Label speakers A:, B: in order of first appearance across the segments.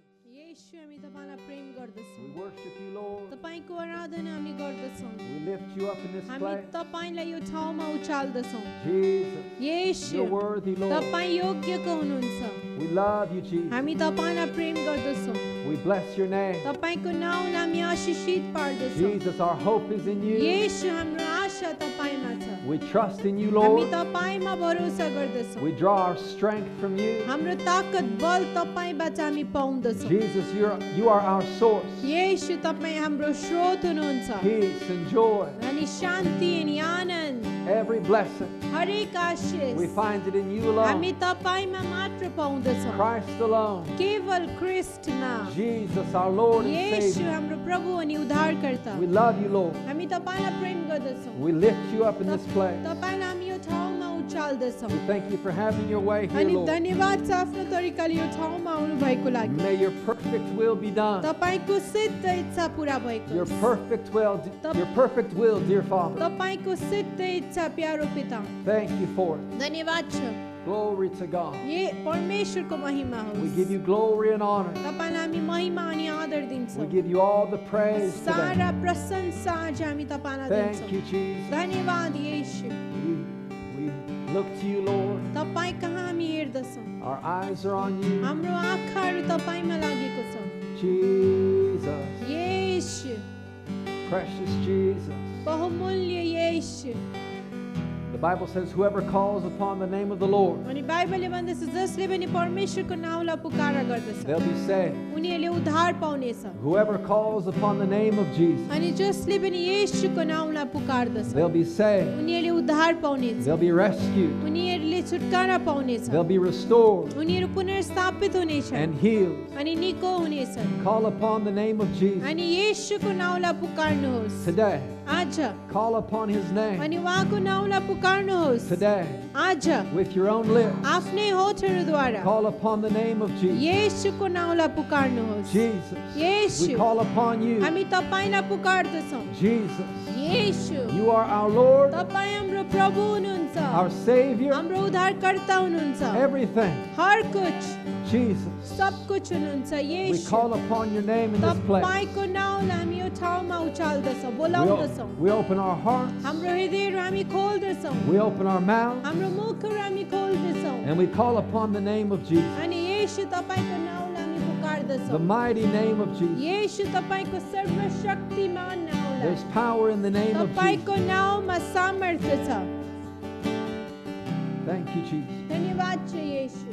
A: ईश्वर हामी तपाईँलाई प्रेम गर्दछौँ
B: We worship you, Lord.
A: तपाईँको आराधना हामी गर्दछौँ
B: We lift you up in this
A: हामी
B: place.
A: तपाईँलाई यो ठाउँमा उचाल्दछौँ
B: Jesus,
A: Yeshu
B: you're worthy, Lord.
A: तपाईँ योग्यको हुनुहुन्छ
B: We love you, Jesus.
A: हामी तपाईँलाई प्रेम गर्दछौँ
B: We bless your name.
A: तपाईँको नाउँलाई हामी आशिषित पार्दछौँ
B: Jesus, our hope is in you.
A: येशू हाम्रो आशा तपाईँमा छ
B: We trust in you,
A: हामी
B: Lord.
A: तपाईँमा भरोसा गर्दछौँ
B: We draw our strength from you.
A: हाम्रो ताकत बल तपाईँबाट हामी पाउँदछौँ
B: Jesus, you're, you are our source,
A: येशू तपाईँ हाम्रो स्रोत हुनुहुन्छ
B: peace and joy,
A: अनि शान्ति अनि आनन्द
B: every blessing.
A: हरेक Ashish
B: We find it in you
A: हामी
B: alone,
A: तपाईँमा मात्र पाउँदछौँ
B: Christ alone.
A: केवल क्रिस्टमा
B: Jesus, our Lord and
A: Yeshu
B: Savior.
A: हाम्रो प्रभु अनि उद्धारकर्ता
B: We love you, Lord.
A: हामी तपाईँलाई प्रेम गर्दछौँ
B: We lift you up in this place.
A: तपाईँलाई हामी यो ठाउँमा उचाल्दछौँ
B: We thank you for having your way here,
A: अनि
B: Lord.
A: धन्यवाद छ आफ्नो तरिकाले यो ठाउँमा आउनु भएको लागि
B: May your perfect will be done.
A: तपाईँको सिद्ध इच्छा पुरा भएको
B: Your
A: होस्।
B: perfect will,
A: The-
B: your perfect will, dear Father.
A: तपाईँको सिद्ध इच्छा प्यारो पिता
B: Thank you for it.
A: धन्यवाद छ
B: Glory to God.
A: ये परमेश्वरको महिमा हो
B: We give you glory and honor.
A: तपाईँलाई हामी महिमा अनि आदर
B: We
A: दिन्छौँ
B: give you all the praise today.
A: सारा प्रशंसा आज हामी तपाईँलाई
B: Thank
A: दिन्छौँ
B: you, Jesus.
A: धन्यवाद येशू
B: We, we look to you, Lord.
A: तपाईँ कहाँ हामी हेर्दछौँ
B: Our eyes are on you,
A: हाम्रो आँखाहरू तपाईँमा लागेको छ
B: Jesus,
A: येशू
B: precious Jesus.
A: बहुमूल्य येशू
B: The Bible says, Whoever calls upon the name of the Lord,
A: अनि बाइबलले भन्दछ जसले पनि परमेश्वरको नाउँलाई पुकारा गर्दछ
B: they'll be saved.
A: उनीहरूले उद्धार पाउनेछ
B: Whoever calls upon the name of Jesus,
A: अनि जसले पनि येशूको नाउँलाई पुकार्दछ
B: they'll be saved.
A: उनीहरूले उद्धार पाउनेछ
B: They'll be rescued.
A: उनीहरूले छुटकारा पाउनेछ
B: They'll be restored
A: उनीहरू पुनर्स्थापित हुनेछ
B: and healed.
A: अनि निको हुनेछ
B: Call upon the name of Jesus
A: अनि येशूको नाउँलाई पुकार्नुहोस्
B: today.
A: आज
B: Call upon his name
A: अनि उहाँको नाउँलाई पुकार्नुहोस्
B: today
A: आज
B: with your own lips.
A: आफ्नै होठहरूद्वारा
B: Call upon the name of Jesus.
A: येशूको नाउँलाई पुकार्नुहोस्
B: Jesus, we
A: Yeshu
B: call upon you.
A: हामी तपाईँलाई पुकार्दछौँ
B: Jesus,
A: Yeshu
B: you are our Lord,
A: तपाईँ हाम्रो प्रभु हुनुहुन्छ
B: our Savior,
A: हाम्रो उद्धारकर्ता हुनुहुन्छ
B: everything.
A: हर कुछ
B: Jesus,
A: सब कुछ हुनुहुन्छ
B: we
A: Yeshu
B: call upon your name in this place.
A: तपाईँको नाउँलाई हामी यो ठाउँमा उचाल्दछौँ
B: We,
A: बोलाउँदछौँ
B: o- we open our hearts,
A: हाम्रो हृदयहरू हामी खोल्दछौँ
B: we open our mouths,
A: हाम्रो मुखहरू हामी खोल्दछौँ
B: and we call upon the name of Jesus,
A: अनि येशू तपाईँको नाउँलाई हामी
B: the
A: पुकार्दछौँ
B: mighty name of Jesus.
A: येशू तपाईँको सर्वशक्तिमान नाउँलाई
B: There's power in the name of Jesus.
A: तपाईँको नाउँमा सामर्थ्य छ
B: Thank you, Jesus.
A: धन्यवाद छ येशू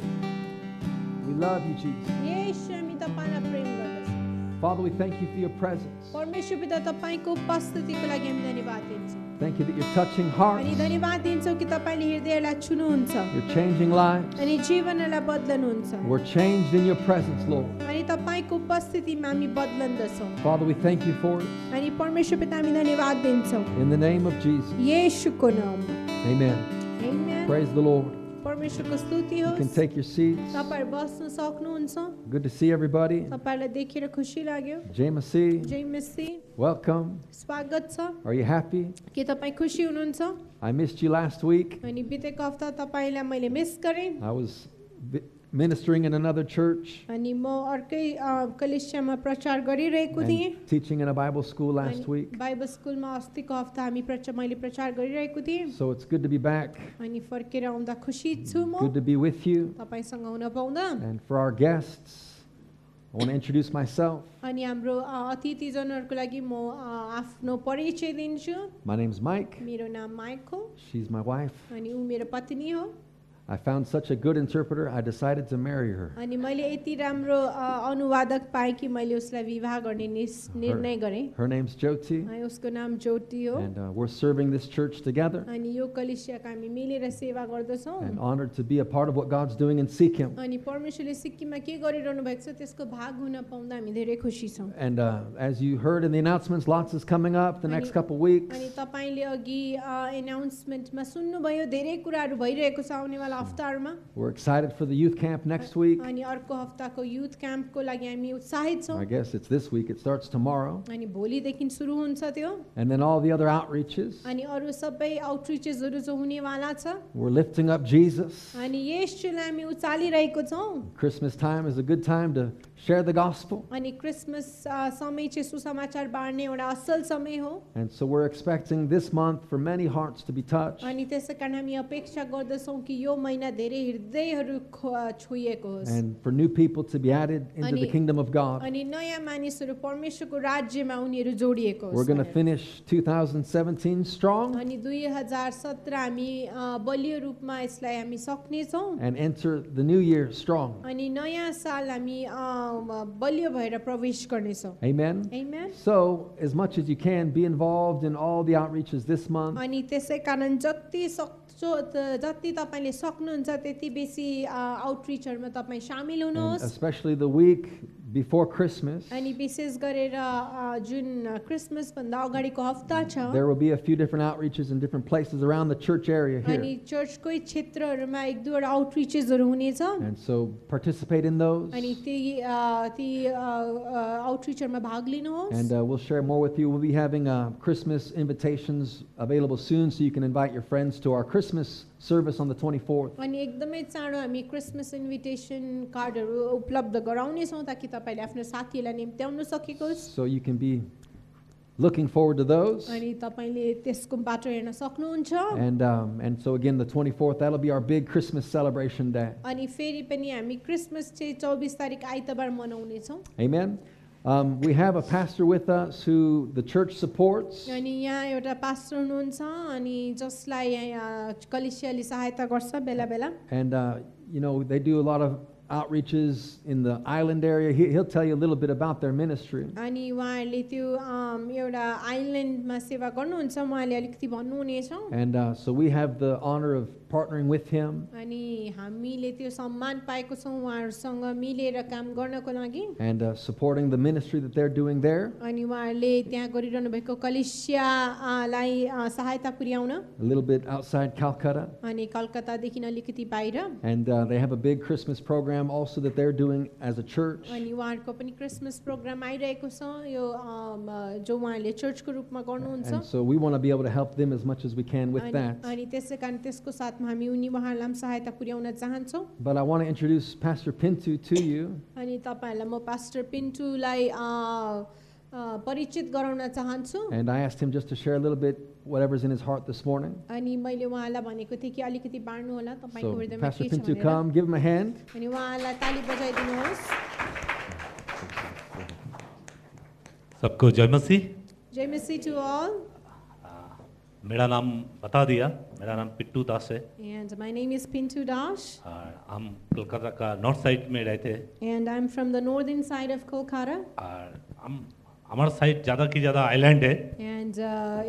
B: We love you, Jesus.
A: येशू हामी तपाईँलाई प्रेम गर्दछौँ
B: Father, we thank you for your presence.
A: परमेश्वर पिता तपाईँको उपस्थितिको लागि हामी धन्यवाद दिन्छौँ
B: Thank you that you're touching
A: अनि
B: hearts,
A: धन्यवाद दिन्छौँ कि तपाईँले हृदयलाई छुनुहुन्छ
B: you're changing lives.
A: अनि जीवनलाई बदल्नुहुन्छ
B: We're changed in your presence, Lord.
A: अनि तपाईँको उपस्थितिमा हामी बदलन्दछौँ
B: Father, we thank you for it.
A: अनि परमेश्वर पिता हामी धन्यवाद दिन्छौँ
B: In the name of Jesus.
A: येशूको नाउँमा
B: Amen.
A: Amen.
B: Praise the Lord.
A: परमेश्वरको स्तुति
B: You can
A: होस्
B: take your seats.
A: तपाईँहरू बस्न सक्नुहुन्छ
B: Good to see everybody.
A: तपाईँलाई देखेर खुसी लाग्यो
B: James C.,
A: जय मसी
B: welcome.
A: स्वागत छ
B: Are you happy?
A: के तपाईँ खुसी हुनुहुन्छ
B: I missed you last week.
A: अनि बितेको हप्ता तपाईँलाई मैले मिस गरेँ
B: I was vi- ministering in another church
A: अनि म अर्कै अँ, कलेसियामा प्रचार गरिरहेको थिएँ
B: and teaching in a Bible school last
A: अनि
B: week.
A: बाइबल स्कुलमा अस्तिको हप्ता हामी प्रचार मैले प्रचार गरिरहेको थिएँ
B: So it's good to be back.
A: अनि फर्केर आउँदा खुसी छु
B: Good
A: म
B: to be with you.
A: तपाईँसँग हुन पाउँदा
B: And for our guests, I want to introduce myself.
A: अनि हाम्रो अ, अतिथिजनहरूको लागि म अ, आफ्नो परिचय दिन्छु
B: My name's Mike.
A: मेरो नाम माइक हो
B: She's my wife.
A: अनि ऊ मेरो पत्नी हो
B: I found such a good interpreter, I decided to marry her.
A: अनि मैले यति राम्रो अ, अनुवादक पाएँ कि मैले उसलाई विवाह गर्ने निस- निर्णय गरेँ
B: Her name's Jyoti.
A: अनि उसको नाम ज्योति हो
B: And uh, we're serving this church together
A: अनि यो कलिसियाको हामी मिलेर सेवा
B: and
A: गर्दछौँ
B: honored to be a part of what God's doing in Sikkim.
A: अनि परमेश्वरले सिक्किममा के गरिरहनु भएको छ त्यसको भाग हुन पाउँदा हामी धेरै खुसी छौँ
B: And uh, as you heard in the announcements, lots is coming up the next couple weeks.
A: अनि तपाईँले अघि एनाउन्समेन्टमा सुन्नुभयो धेरै कुराहरू भइरहेको छ आउनेवाला
B: Hmm.
A: हप्ताहरूमा
B: We're excited for the youth camp next week.
A: अनि अर्को हप्ताको युथ क्याम्पको लागि हामी उत्साहित छौँ
B: I guess it's this week. It starts tomorrow.
A: अनि भोलिदेखि सुरु हुन्छ त्यो
B: And then all the other outreaches.
A: अनि अरू सबै आउटरिचेसहरू जो हुनेवाला छ
B: We're lifting up Jesus.
A: अनि यसलाई हामी उचालिरहेको छौँ
B: Christmas time is a good time to share the gospel.
A: अनि क्रिसमस अ, समय चाहिँ सुसमाचार बाँड्ने एउटा असल समय हो
B: And so we're expecting this month for many hearts to be touched.
A: अनि त्यसै कारण हामी अपेक्षा गर्दछौँ कि यो महिना धेरै हृदयहरू खो छोइएको होस्
B: and for new people to be added into the
A: Ani-
B: kingdom of God.
A: अनि नयाँ मानिसहरू परमेश्वरको राज्यमा उनीहरू जोडिएको
B: We're
A: होस्
B: going to
A: भनेर।
B: finish 2017 strong
A: अनि दुई हजार सत्र हामी अ, बलियो रूपमा यसलाई हामी सक्नेछौँ
B: and enter the new year strong.
A: अनि नयाँ साल हामी अ, म- बलियो भएर प्रवेश गर्नेछौँ
B: Amen.
A: Amen.
B: So, as much as you can, be involved in all the outreaches this month.
A: अनि त्यसै कारण जति सक्छो त- जति तपाईँले सक्नुहुन्छ त्यति बेसी अ, आउटरिचहरूमा तपाईँ सामेल
B: And
A: हुनुहोस्
B: especially the week before Christmas,
A: अनि विशेष गरेर अ, जुन क्रिसमसभन्दा अगाडिको हप्ता छ
B: there will be a few different outreaches in different places around the church area
A: अनि
B: here.
A: चर्चकै क्षेत्रहरूमा एक दुईवटा आउटरिचेसहरू हुनेछ
B: And so, participate in those.
A: अनि ती अ, ती आउटरिचहरूमा भाग
B: And
A: लिनुहोस्
B: uh, we'll share more with you. We'll be having uh, Christmas invitations available soon, so you can invite your friends to our Christmas service on the 24th.
A: अनि एकदमै चाँडो हामी Christmas invitation कार्डहरू उपलब्ध गराउनेछौँ ताकि तपाईँले आफ्नो साथीहरूलाई निम्त्याउन सकेकोस्
B: So you can be looking forward to those.
A: अनि तपाईँले त्यसको बाटो हेर्न सक्नुहुन्छ
B: And, um, and so again, the 24th, that'll be our big Christmas celebration day.
A: अनि फेरि पनि हामी क्रिसमस चाहिँ चौबिस तारिक आइतबार मनाउनेछौँ
B: Amen. Um, we have a pastor with us who the church supports.
A: अनि यहाँ एउटा पास्टर हुनुहुन्छ अनि जसलाई यहाँ कलिसियाले सहायता गर्छ बेला बेला
B: And, uh, you know, they do a lot of outreaches in the island area. He, he'll tell you a little bit about their ministry.
A: अनि उहाँहरूले त्यो अम, एउटा आइल्यान्डमा सेवा गर्नुहुन्छ उहाँले अलिकति भन्नुहुनेछ
B: And uh, so we have the honor of partnering with him.
A: अनि हामीले त्यो सम्मान पाएको छौँ उहाँहरूसँग मिलेर काम गर्नको लागि
B: and uh, supporting the ministry that they're doing there.
A: अनि उहाँहरूले त्यहाँ गरिरहनु भएको कलिसियालाई सहायता पुर्याउन
B: A little bit outside Calcutta,
A: अनि कलकत्तादेखि अलिकति बाहिर
B: and uh, they have a big Christmas program also that they're doing as a church.
A: अनि उहाँहरूको पनि क्रिसमस प्रोग्राम आइरहेको छ यो अम, जो उहाँहरूले चर्चको रूपमा गर्नुहुन्छ
B: And so we want to be able to help them as much as we can with
A: अनि
B: that.
A: अनि त्यसै कारण त्यसको साथमा हामी उनी उहाँहरूलाई पनि सहायता पुर्याउन चाहन्छौँ
B: But I want to introduce Pastor Pintu to you.
A: अनि तपाईँहरूलाई म पास्टर पिन्टुलाई अ, अ, परिचित गराउन चाहन्छु
B: And I asked him just to share a little bit whatever's in his heart this morning.
A: अनि मैले उहाँलाई भनेको थिएँ कि अलिकति बाँड्नु होला तपाईँको
B: So,
A: हृदयमा
B: Pastor
A: के छ
B: Pintu,
A: भनेर
B: come, give him a hand.
A: अनि उहाँलाई ताली बजाइदिनुहोस्
C: सबको जय मसीह
A: जय मसी टु अल
C: मेरा नाम बता दिया मेरा नाम पिट्टू दास है
A: and my name is Pintu Das
C: और हम कोलकाता का नॉर्थ साइड में रहते हैं
A: and I am from the northern side of Kolkata
C: और हम हमारा साइड ज़्यादा की ज़्यादा आइलैंड है
A: एन्ड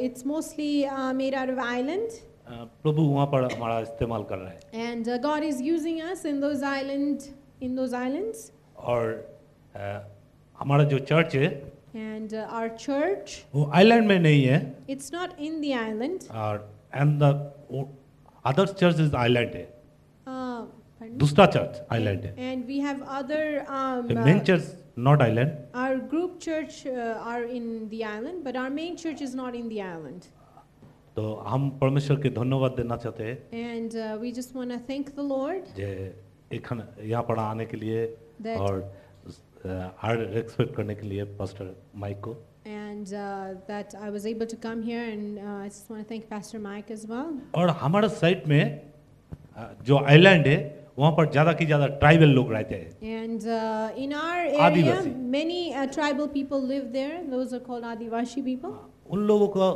A: इट्स मोस्टली मेरार आइल्यान्ड
C: अ, प्रभु वहाँ पर हमारा इस्तेमाल कर रहा है
A: and God is using us in those island in those islands
C: और अ, हमारा जो चर्च है
A: एन्ड आवर चर्च
C: वो आइलैंड में नहीं है
A: it's not in the island
C: और and the other church is island है
A: Uh,
C: दूसरा चर्च आइलैंड है
A: and we have
C: main
A: other
C: church not island
A: um, uh, Our group church uh, are in the island, but our main church is not in the island.
C: तो हम परमेश्वर के धन्यवाद देना चाहते हैं
A: And uh, we just want to thank the Lord.
C: जे एखन यहाँ पर आने के लिए
A: That-
C: और आर एक्सपेक्ट करने के लिए पास्टर माइक को
A: And uh, that I was able to come here, and uh, I just want to thank Pastor Mike as well.
C: और हमारे साइड में अ, जो आइलैंड है वहाँ पर ज़्यादा की ज़्यादा ट्राइबल लोग रहते हैं
A: And uh, in our area,
C: Adivasi.
A: many uh, tribal people live there. Those are called Adivashi people.
C: उन लोगों का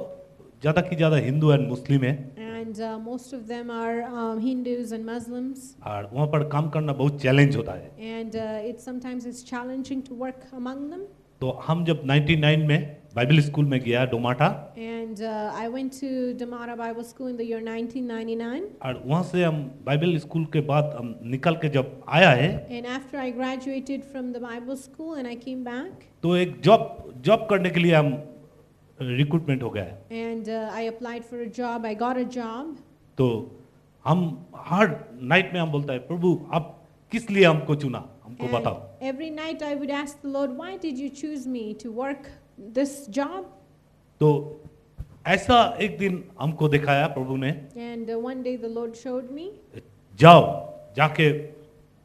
C: ज़्यादा की ज़्यादा हिंदू एंड मुस्लिम है
A: And uh, most of them are um, Hindus and Muslims.
C: और वहाँ पर काम करना बहुत चैलेंज होता है
A: And uh, it's sometimes it's challenging to work among them.
C: तो हम जब 99 में बाइबल स्कूल में गया डोमाटा
A: And uh, I went to Damara Bible School in the year 1999.
C: और वहाँ से हम बाइबल स्कूल के बाद हम निकल के जब आया है
A: And after I graduated from the Bible school and I came back
C: तो एक जॉब जॉब करने के लिए हम रिक्रूटमेंट हो गया है
A: and uh, I applied for a job, I got a job.
C: तो हम हर नाइट में हम बोलता है प्रभु आप किस लिए हमको चुना हमको
A: And
C: बताओ
A: every night I would ask the Lord, why did you choose me to work this job?
C: तो ऐसा एक दिन हमको दिखाया प्रभु ने
A: And uh, one day the Lord showed me,
C: जाओ जाके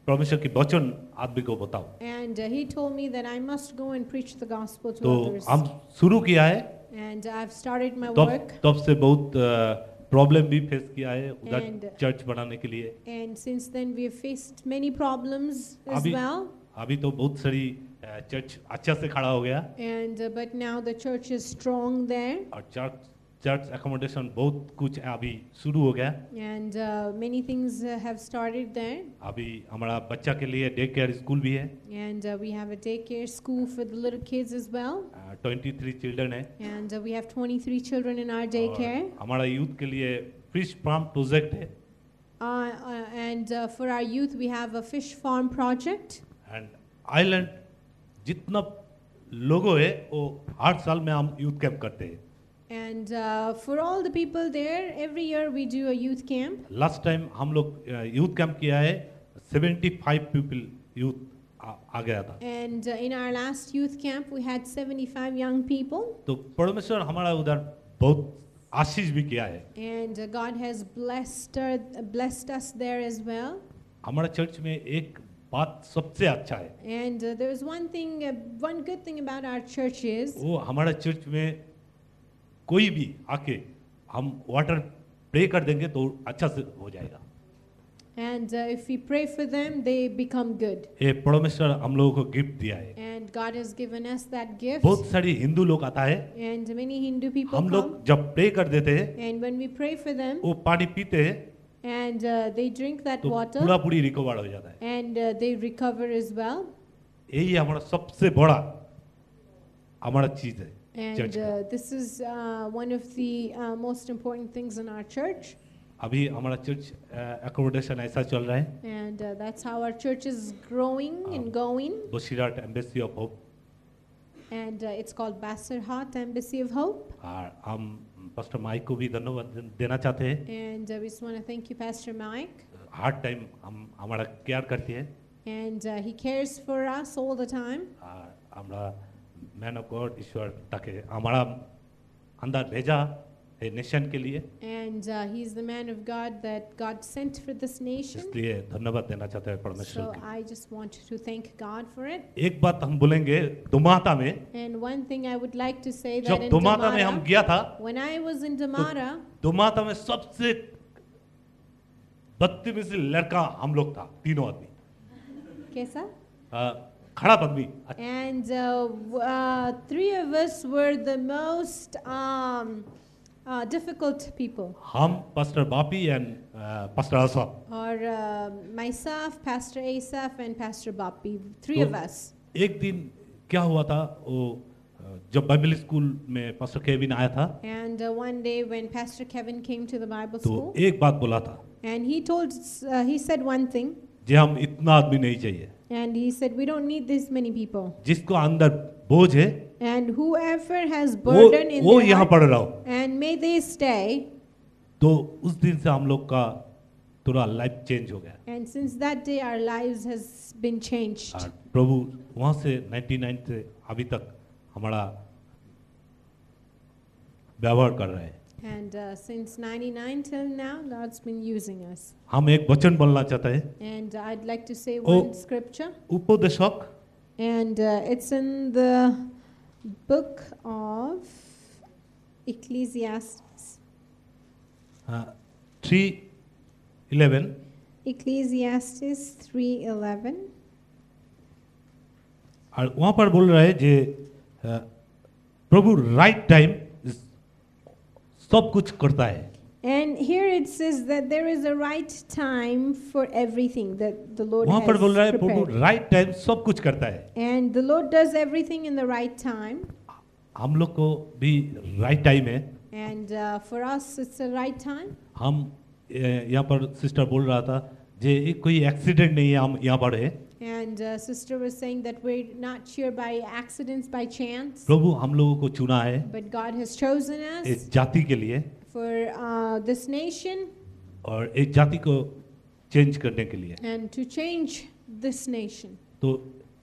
C: परमेश्वर की वचन आदमी को बताओ
A: and uh, He told me that I must go and preach the gospel to
C: तो
A: others.
C: हम शुरू किया है
A: And I've started my
C: तब
A: work,
C: तब से बहुत प्रॉब्लम भी फेस किया है
A: And-
C: उधर चर्च बनाने के लिए
A: and since then we have faced many problems as
C: Abhi-
A: well.
C: अभी तो बहुत सारी अ, चर्च अच्छा से खड़ा हो गया
A: And uh, but now the church is strong there,
C: और चर्च चर्च एकोमोडेशन बहुत कुछ अभी शुरू हो गया
A: and uh, many things uh, have started there.
C: अभी हमारा बच्चा के लिए डे केयर स्कूल भी है
A: And uh, we have a daycare school for the little kids as well.
C: Twenty three children है
A: And uh, we have 23 children in our daycare.
C: और हमारा यूथ के लिए फिश फार्म प्रोजेक्ट है
A: Uh, uh, and uh, for our youth, we have a fish farm project.
C: And island जितना लोगो है वो हर साल में हम यूथ कैंप करते हैं
A: And uh, for all the people there, every year we do a youth camp.
C: Last time हम लोग यूथ कैंप किया है 75 फाइव पीपल यूथ आ, आ गया था
A: And uh, in our last youth camp, we had 75 young people.
C: तो परमेश्वर हमारा उधर बहुत आशीष भी किया है
A: And uh, God has blessed, her, blessed us there as well.
C: हमारा चर्च में एक बात सबसे अच्छा है
A: And uh, there is one thing, uh, one good thing about our church is
C: वो हमारा चर्च में कोई भी आके हम वाटर प्रे कर देंगे तो अच्छा से हो जाएगा
A: And uh, if we pray for them, they become good.
C: ये परमेश्वर हम लोगों को गिफ्ट दिया है
A: And God has given us that gift.
C: बहुत सारी हिंदू लोग आता है
A: And many Hindu people
C: हम
A: come.
C: लोग जब प्रे कर देते हैं
A: And when we pray for them,
C: वो पानी पीते हैं
A: and uh, they drink that
C: तो
A: water,
C: पूरा पूरी रिकवर हो जाता है
A: and uh, they recover as well.
C: यही हमारा सबसे बड़ा हमारा चीज है चर्च
A: And
C: का
A: uh, this is uh, one of the uh, most important things in our church.
C: अभी हमारा चर्च एकोमोडेशन ऐसा चल रहा है
A: And uh, that's how our church is growing and going.
C: Basirhat embassy of hope
A: And uh, it's called Basarhat Embassy of Hope.
C: और हम pastor Mike को भी धन्यवाद दे- देना चाहते हैं
A: And uh, we just want to thank you, Pastor Mike.
C: हर time हम हमारा केयर करती है
A: And uh, he cares for us all the time.
C: और हमारा मैन ऑफ गॉड ईश्वर ताकि हमारा अंदर भेजा है नेशन के लिए
A: And uh, he's the man of God that God sent for this nation.
C: इसलिए धन्यवाद देना चाहते हैं परमेश्वर
A: So
C: के
A: I just want to thank God for it.
C: एक बात हम बोलेंगे दुमाता में
A: And one thing I would like to say that
C: जब
A: in
C: दुमाता में हम
A: Damara,
C: गया था
A: when I was in Damara,
C: दुमाता में सबसे बदतमीज लड़का हम लोग था तीनों आदमी
A: Kesa?
C: अ, खराब आदमी अच्छा,
A: And uh, w- uh, three of us were the most um, uh, difficult people.
C: हम pastor Bapi and pastor Asaf
A: Or uh, myself, Pastor Asaf, and Pastor Bapi, three
C: तो-
A: of us.
C: एक दिन क्या हुआ था वो अ, जब बाइबल स्कूल में पास्टर केविन आया था
A: And uh, one day when Pastor Kevin came to the Bible
C: तो
A: school,
C: एक बात बोला था
A: and he told, s- uh, he said one thing.
C: जे हम इतना आदमी नहीं चाहिए
A: And he said, We don't need this many people.
C: जिसको अंदर बोझ है
A: And whoever has
C: वो
A: burden in
C: वो
A: their
C: यहाँ
A: heart,
C: पड़ रहा हो
A: and may they stay.
C: तो उस दिन से हम लोग का थोड़ा लाइफ चेंज हो गया
A: And since that day, our lives has been changed.
C: और प्रभु वहाँ से 99 से अभी तक हमारा व्यवहार कर रहे हैं
A: And uh, since 99 till now, God's been using us.
C: हम एक वचन बोलना चाहते हैं
A: And I'd like to say
C: Oh.
A: one scripture.
C: उपदेशक
A: And uh, it's in the book of Ecclesiastes.
C: हाँ, थ्री इलेवन
A: Ecclesiastes 3:11.
C: और वहाँ पर बोल रहा है जे अ, प्रभु राइट टाइम सब कुछ करता है
A: And here it says that there is a right time for everything that the Lord
C: वहाँ
A: has
C: पर बोल रहा है प्रभु
A: prepared.
C: राइट टाइम सब कुछ करता है
A: And the Lord does everything in the right time.
C: हम लोग को भी राइट टाइम है
A: And uh, for us, it's the right time.
C: हम अ, यहाँ पर सिस्टर बोल रहा था जे ये कोई एक्सीडेंट नहीं है हम यहाँ पर है
A: And uh, sister was saying that we're not here by accidents, by chance.
C: प्रभु हम लोगों को चुना है
A: But God has chosen us
C: इस जाति के लिए
A: for uh, this nation.
C: और एक जाति को चेंज करने के लिए
A: and to change this nation.
C: तो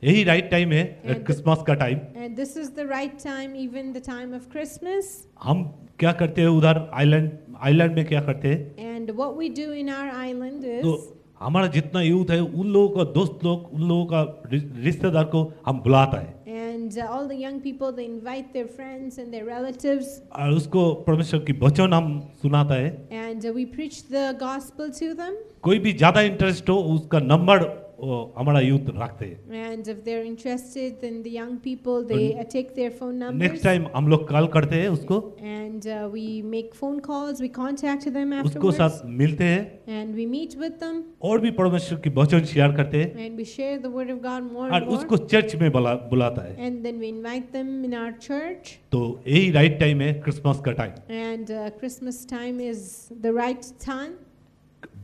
C: यही राइट टाइम है
A: And-
C: क्रिसमस का time
A: And this is the right time, even the time of Christmas.
C: हम क्या करते हैं उधर आइलैंड आइलैंड में क्या करते हैं
A: And what we do in our island is
C: तो हमारा जितना यूथ है उन लोगों का दोस्त लोग उन लोगों का रि- रिश्तेदार को हम बुलाता है
A: and uh, all the young people they invite their friends and their relatives
C: और उसको परमेश्वर की वचन हम सुनाता है
A: and uh, we preach the gospel to them
C: कोई भी ज्यादा इंटरेस्ट हो उसका नंबर हमारा यूथ रखते हैं
A: and if they're interested then the young people they uh, take their phone
C: next
A: numbers
C: time हम लोग कॉल करते हैं उसको
A: and uh, we make phone calls we contact them
C: उसको
A: afterwards
C: साथ मिलते हैं
A: and we meet with them
C: और भी परमेश्वर की वचन शेयर करते हैं
A: and we share the word of god more
C: और
A: and more
C: उसको चर्च में बुला बुलाता है
A: and then we invite them in our church
C: तो यही राइट टाइम है क्रिसमस का time
A: and uh, christmas time is the right time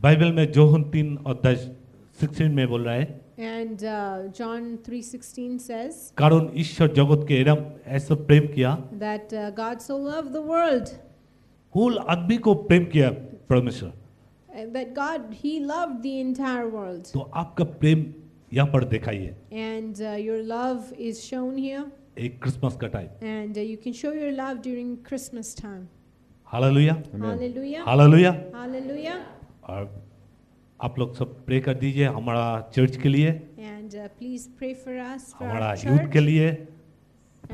C: बाइबल में जोहन तीन अध्याय सिक्सटीन में बोल रहा है
A: and uh, john 3:16 says
C: कारण ईश्वर जगत के एरम ऐसा प्रेम किया
A: that uh, God so loved the world,
C: whole आदमी को प्रेम किया परमेश्वर
A: uh, that God, He loved the entire world.
C: तो आपका प्रेम यहाँ पर दिखाइए
A: And uh, your love is shown here,
C: एक क्रिसमस का time
A: and uh, you can show your love during Christmas time.
C: Hallelujah
B: Amen.
A: Hallelujah.
C: Hallelujah
A: Hallelujah.
C: और आप लोग सब प्रे कर दीजिए हमारा चर्च के लिए
A: And uh, please pray for us, for
C: हमारा
A: our
C: यूथ के
A: church,
C: लिए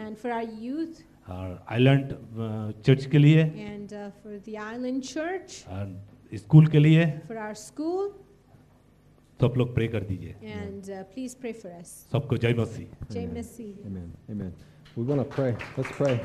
A: and for our youth,
C: और आइलैंड चर्च के लिए
A: and uh, for the island church,
C: और स्कूल के लिए
A: for our school,
C: सब लोग प्रे कर दीजिए
A: and uh, please pray for us.
C: सबको जय मसीह
A: Jay
B: Amen.
A: Messi.
B: Amen. Amen. We want to pray. Let's pray.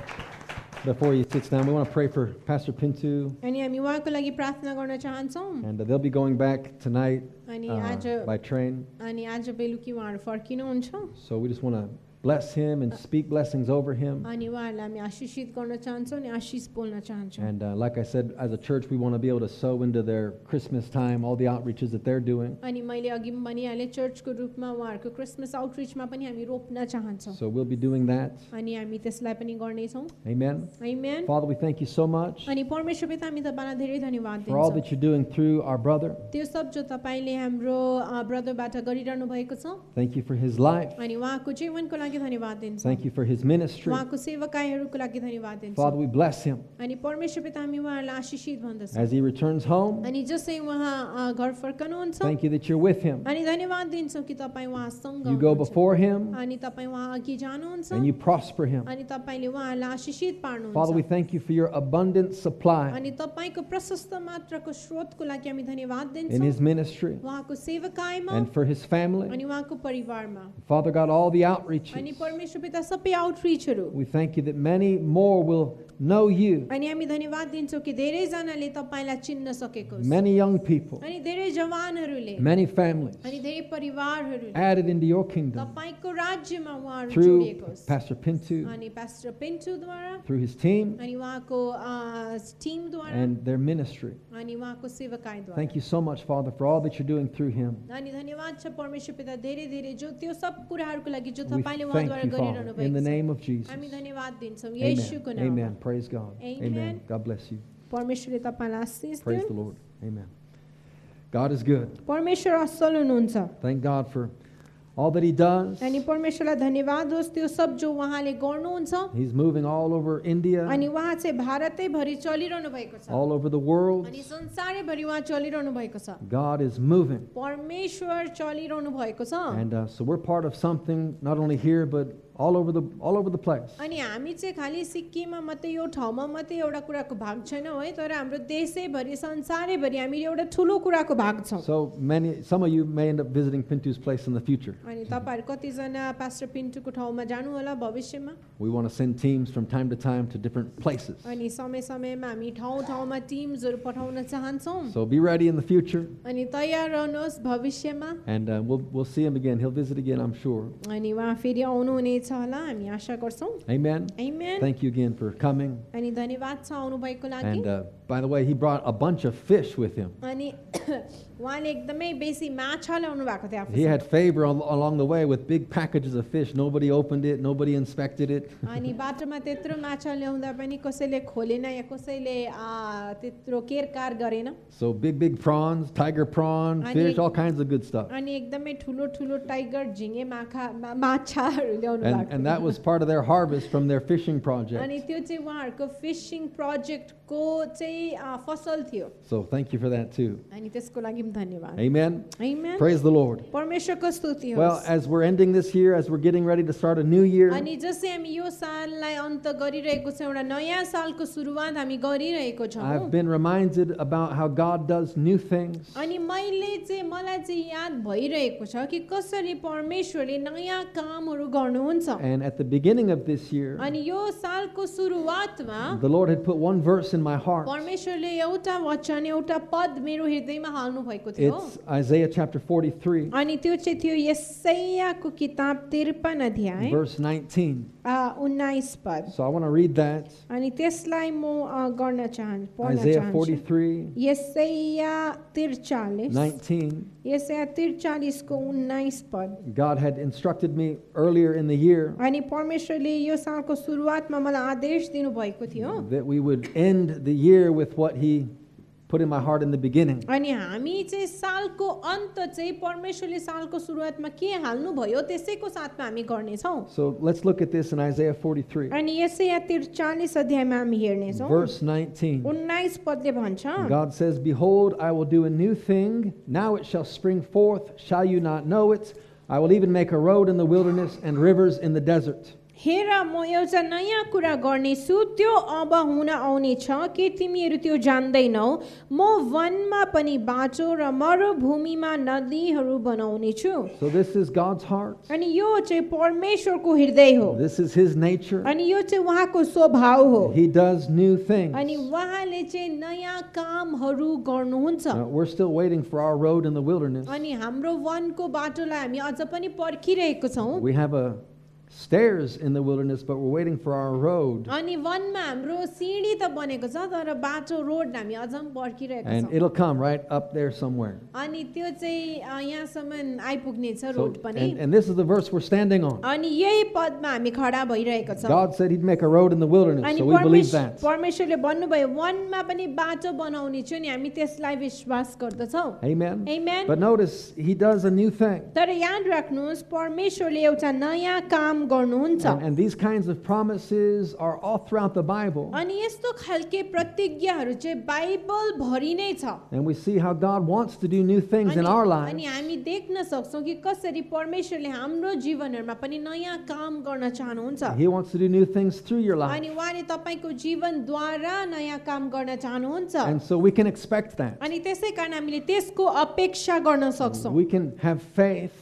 B: Before he sits down, we want to pray for Pastor Pintu.
A: अनि हामी उहाँको लागि प्रार्थना गर्न चाहन्छौँ
B: And uh, they'll be going back tonight
A: अनि
B: uh,
A: आज
B: by train.
A: अनि आज बेलुकी उहाँहरू फर्किनुहुन्छ
B: So we just want to bless him and speak blessings over him.
A: अनि उहाँहरूलाई हामी आशिषित गर्न चाहन्छौँ अनि आशिष बोल्न चाहन्छौँ
B: And uh, like I said, as a church, we want to be able to sow into their Christmas time, all the outreaches that they're doing.
A: अनि मैले अघि पनि भनिहालेँ चर्चको रूपमा उहाँहरूको क्रिसमस आउटरिचमा पनि हामी रोप्न चाहन्छौँ
B: So we'll be doing that.
A: अनि हामी त्यसलाई पनि गर्नेछौँ
B: Amen.
A: आइमेन
B: Father, we thank you so much
A: अनि परमेश्वर पिता हामी तपाईँलाई धेरै धन्यवाद
B: for all
A: दिन्छौँ
B: that you're doing through our brother.
A: त्यो सब जो तपाईँले हाम्रो अ, ब्रदरबाट गरिरहनु भएको छ
B: Thank you for his life.
A: अनि उहाँको जीवनको लागि धन्यवाद दिन्छौँ
B: Thank you for his ministry.
A: उहाँको सेवकाईहरूको लागि धन्यवाद दिन्छौँ
B: Father, we bless him
A: अनि परमेश्वर पिता हामी उहाँहरूलाई आशिषित भन्दछौँ
B: as he returns home.
A: अनि जसै उहाँ अ, घर फर्कनुहुन्छ
B: Thank you that you're with him.
A: अनि धन्यवाद दिन्छौँ कि तपाईँ उहाँसँग
B: You go
A: हुनुहुन्छ।
B: before him
A: अनि तपाईँ उहाँ अघि जानुहुन्छ
B: and you prosper him.
A: अनि तपाईँले उहाँलाई आशिषित
B: Father, we
A: पार्नुहुन्छ
B: thank you for your abundant supply
A: अनि तपाईँको प्रशस्त मात्राको स्रोतको लागि हामी धन्यवाद
B: in his
A: दिन्छौँ
B: ministry
A: उहाँको सेवकाईमा
B: and for his family.
A: अनि उहाँको परिवारमा
B: Father God, all the
A: अनि
B: outreaches.
A: परमेश्वर पिता सबै आउटरिचहरू
B: We thank you that many more will know you,
A: अनि हामी धन्यवाद दिन्छौँ कि धेरैजनाले तपाईँलाई चिन्न सकेको होस्।
B: many young people,
A: अनि धेरै जवानहरूले
B: many families
A: अनि धेरै परिवारहरूले
B: added into your kingdom
A: तपाईँको राज्यमा उहाँहरू
B: through
A: जोडिएको होस्।
B: Pastor Pintu,
A: अनि पास्टर पेन्टुद्वारा
B: through his team,
A: अनि उहाँको अ, टिमद्वारा
B: and their ministry.
A: अनि उहाँको सेवकाईद्वारा
B: Thank you so much, Father, for all that you're doing through him.
A: अनि धन्यवाद छ परमेश्वर पिता धेरै धेरै जो त्यो सब कुराहरूको लागि जो
B: We
A: तपाईँले
B: thank
A: उहाँद्वारा
B: you,
A: गरिरहनु
B: Father, in the
A: भएको छ
B: name of Jesus.
A: हामी धन्यवाद दिन्छौँ
B: Amen.
A: येशूको नाममा
B: Amen. Praise God. Amen.
A: Amen.
B: God bless you.
A: परमेश्वरले तपाईँलाई Ashish
B: Praise
A: दिउन्।
B: the Lord. Amen. God is good.
A: परमेश्वर असल हुनुहुन्छ
B: Thank God for all that He does.
A: अनि परमेश्वरलाई धन्यवाद होस् त्यो सब जो उहाँले गर्नुहुन्छ
B: He's moving all over
A: अनि
B: India,
A: उहाँ चाहिँ भारतैभरि चलिरहनु भएको छ
B: all over the world.
A: अनि संसारैभरि उहाँ चलिरहनु भएको छ
B: God is moving.
A: परमेश्वर चलिरहनु भएको छ
B: And uh, so we're part of something not only here but all over the all over the place.
A: अनि हामी चाहिँ खालि सिक्किममा मात्रै यो ठाउँमा मात्रै एउटा कुराको भाग छैनौँ है तर हाम्रो देशैभरि संसारैभरि हामी एउटा ठुलो कुराको भाग छौँ
B: So many some of you may end up visiting Pintu's place in the future.
A: अनि तपाईँहरू कतिजना पास्टर पिन्टुको ठाउँमा जानुहोला भविष्यमा
B: We want to send teams from time to time to different places.
A: अनि समय समयमा हामी ठाउँ ठाउँमा टिम्सहरू पठाउन चाहन्छौँ
B: So be ready in the future
A: अनि तयार रहनुहोस् भविष्यमा
B: and uh, we'll we'll see him again. He'll visit again, I'm sure.
A: अनि उहाँ फेरि आउनुहुनेछ होला हामी आशा गर्छौँ
B: Amen.
A: आइमेन
B: Thank you again for coming.
A: अनि धन्यवाद छ आउनुभएको लागि
B: And uh, by the way, he brought a bunch of fish with him.
A: अनि उहाँले एकदमै बेसी माछा ल्याउनु भएको थियो
B: He
A: आफूसँग।
B: had favor al- along the way with big packages of fish. Nobody opened it, nobody inspected it.
A: अनि बाटोमा त्यत्रो माछा ल्याउँदा पनि कसैले खोलेन या कसैले आ, त्यत्रो केरकार गरेन
B: So big, big prawns, tiger prawn,
A: I
B: fish,
A: need-
B: all kinds of good stuff.
A: अनि एकदमै ठुलो ठुलो टाइगर झिङ्गे माछा माछाहरू ल्याउनु
B: And,
A: भएको
B: and that was part of their harvest from their fishing
A: अनि
B: project.
A: त्यो चाहिँ उहाँहरूको फिसिङ प्रोजेक्टको चाहिँ आ, फसल थियो
B: So thank you for that too.
A: अनि त्यसको लागि पनि धन्यवाद
B: Amen.
A: Amen.
B: Praise the Lord.
A: परमेश्वरको स्तुति
B: Well,
A: होस्
B: as we're ending this year, as we're getting ready to start a new year,
A: अनि जसै हामी यो साललाई अन्त गरिरहेको छौँ एउटा नयाँ सालको सुरुवात हामी गरिरहेको
B: I've
A: छौँ
B: been reminded about how God does new things.
A: अनि मैले चाहिँ मलाई चाहिँ याद भइरहेको छ कि कसरी परमेश्वरले नयाँ कामहरू गर्नुहुन्छ
B: And at the beginning of this year,
A: अनि यो सालको सुरुवातमा
B: the Lord had put one verse in my heart.
A: परमेश्वरले एउटा वचन एउटा पद मेरो हृदयमा हाल्नु भएको थियो
B: It's Isaiah chapter 43,
A: अनि त्यो चाहिँ थियो यसैयाको किताब त्रिपन अध्याय
B: verse 19.
A: उन्नाइस पद
B: So I want to read that.
A: अनि त्यसलाई म अ, गर्न चाहन्छु पढ्न
B: Isaiah
A: चाहन्छु
B: 43,
A: यसैया त्रिचालिस
B: 19.
A: यसैया त्रिचालिसको उन्नाइस पद
B: God had instructed me earlier in the year
A: अनि परमेश्वरले यो सालको सुरुवातमा मलाई आदेश दिनुभएको थियो
B: that we would end the year with what He put in my heart in the beginning.
A: अनि हामी चाहिँ सालको अन्त चाहिँ परमेश्वरले सालको सुरुवातमा के हाल्नुभयो त्यसैको साथमा हामी गर्नेछौँ
B: So let's look at this in Isaiah 43,
A: अनि यसैया त्रिचालिस अध्यायमा हामी हेर्नेछौँ
B: verse 19.
A: उन्नाइस पदले भन्छ
B: God says, Behold, I will do a new thing. Now it shall spring forth. Shall you not know it? I will even make a road in the wilderness and rivers in the desert.
A: हेर म एउटा नयाँ कुरा गर्नेछु त्यो अब हुन आउने छ के तिमीहरू त्यो जान्दैनौ म वनमा पनि बाटो र मरुभूमिमा नदीहरू बनाउनेछु
B: So this is God's heart.
A: अनि यो चाहिँ परमेश्वरको हृदय हो
B: This is His nature.
A: अनि यो चाहिँ उहाँको स्वभाव हो
B: He does new
A: अनि
B: things.
A: उहाँले चाहिँ नयाँ कामहरू गर्नुहुन्छ
B: Now, Uh, we're still waiting for our road in the wilderness.
A: अनि हाम्रो वनको बाटोलाई हामी अझ पनि पर्खिरहेको छौँ
B: We have a stairs in the wilderness, but we're waiting for our road.
A: अनि वनमा हाम्रो सिँढी त बनेको छ तर बाटो रोड हामी अझ पनि पर्खिरहेको
B: And
A: छौँ
B: it'll come right up there somewhere.
A: अनि त्यो चाहिँ अ, यहाँसम्म आइपुग्नेछ
B: So-
A: रोड पनि
B: and, and this is the verse we're standing on.
A: अनि यही पदमा हामी खडा भइरहेको छौँ
B: God said He'd make a road in the wilderness,
A: अनि
B: so we believe
A: परमेश्व-
B: that.
A: परमेश्वरले भन्नुभयो वनमा पनि बाटो बनाउने छु नि हामी त्यसलाई विश्वास गर्दछौँ
B: Amen.
A: Amen.
B: But notice He does a new thing,
A: तर याद राख्नुहोस् परमेश्वरले एउटा नयाँ काम गर्नुहुन्छ
B: and, and these kinds of promises are all throughout the Bible,
A: अनि यस्तो खालके प्रतिज्ञाहरू चाहिँ बाइबल भरि नै छ
B: and we see how God wants to do new things in
A: अनि
B: our
A: अनि
B: lives.
A: हामी देख्न सक्छौं कि कसरी परमेश्वरले हाम्रो जीवनहरूमा पनि नयाँ काम गर्न चाहनुहुन्छ
B: He wants to do new things through your life,
A: अनि उहाँले तपाईँको जीवनद्वारा नयाँ काम गर्न चाहनुहुन्छ
B: and so we can expect that.
A: अनि त्यसै कारण हामीले त्यसको अपेक्षा गर्न सक्छौँ
B: We can have faith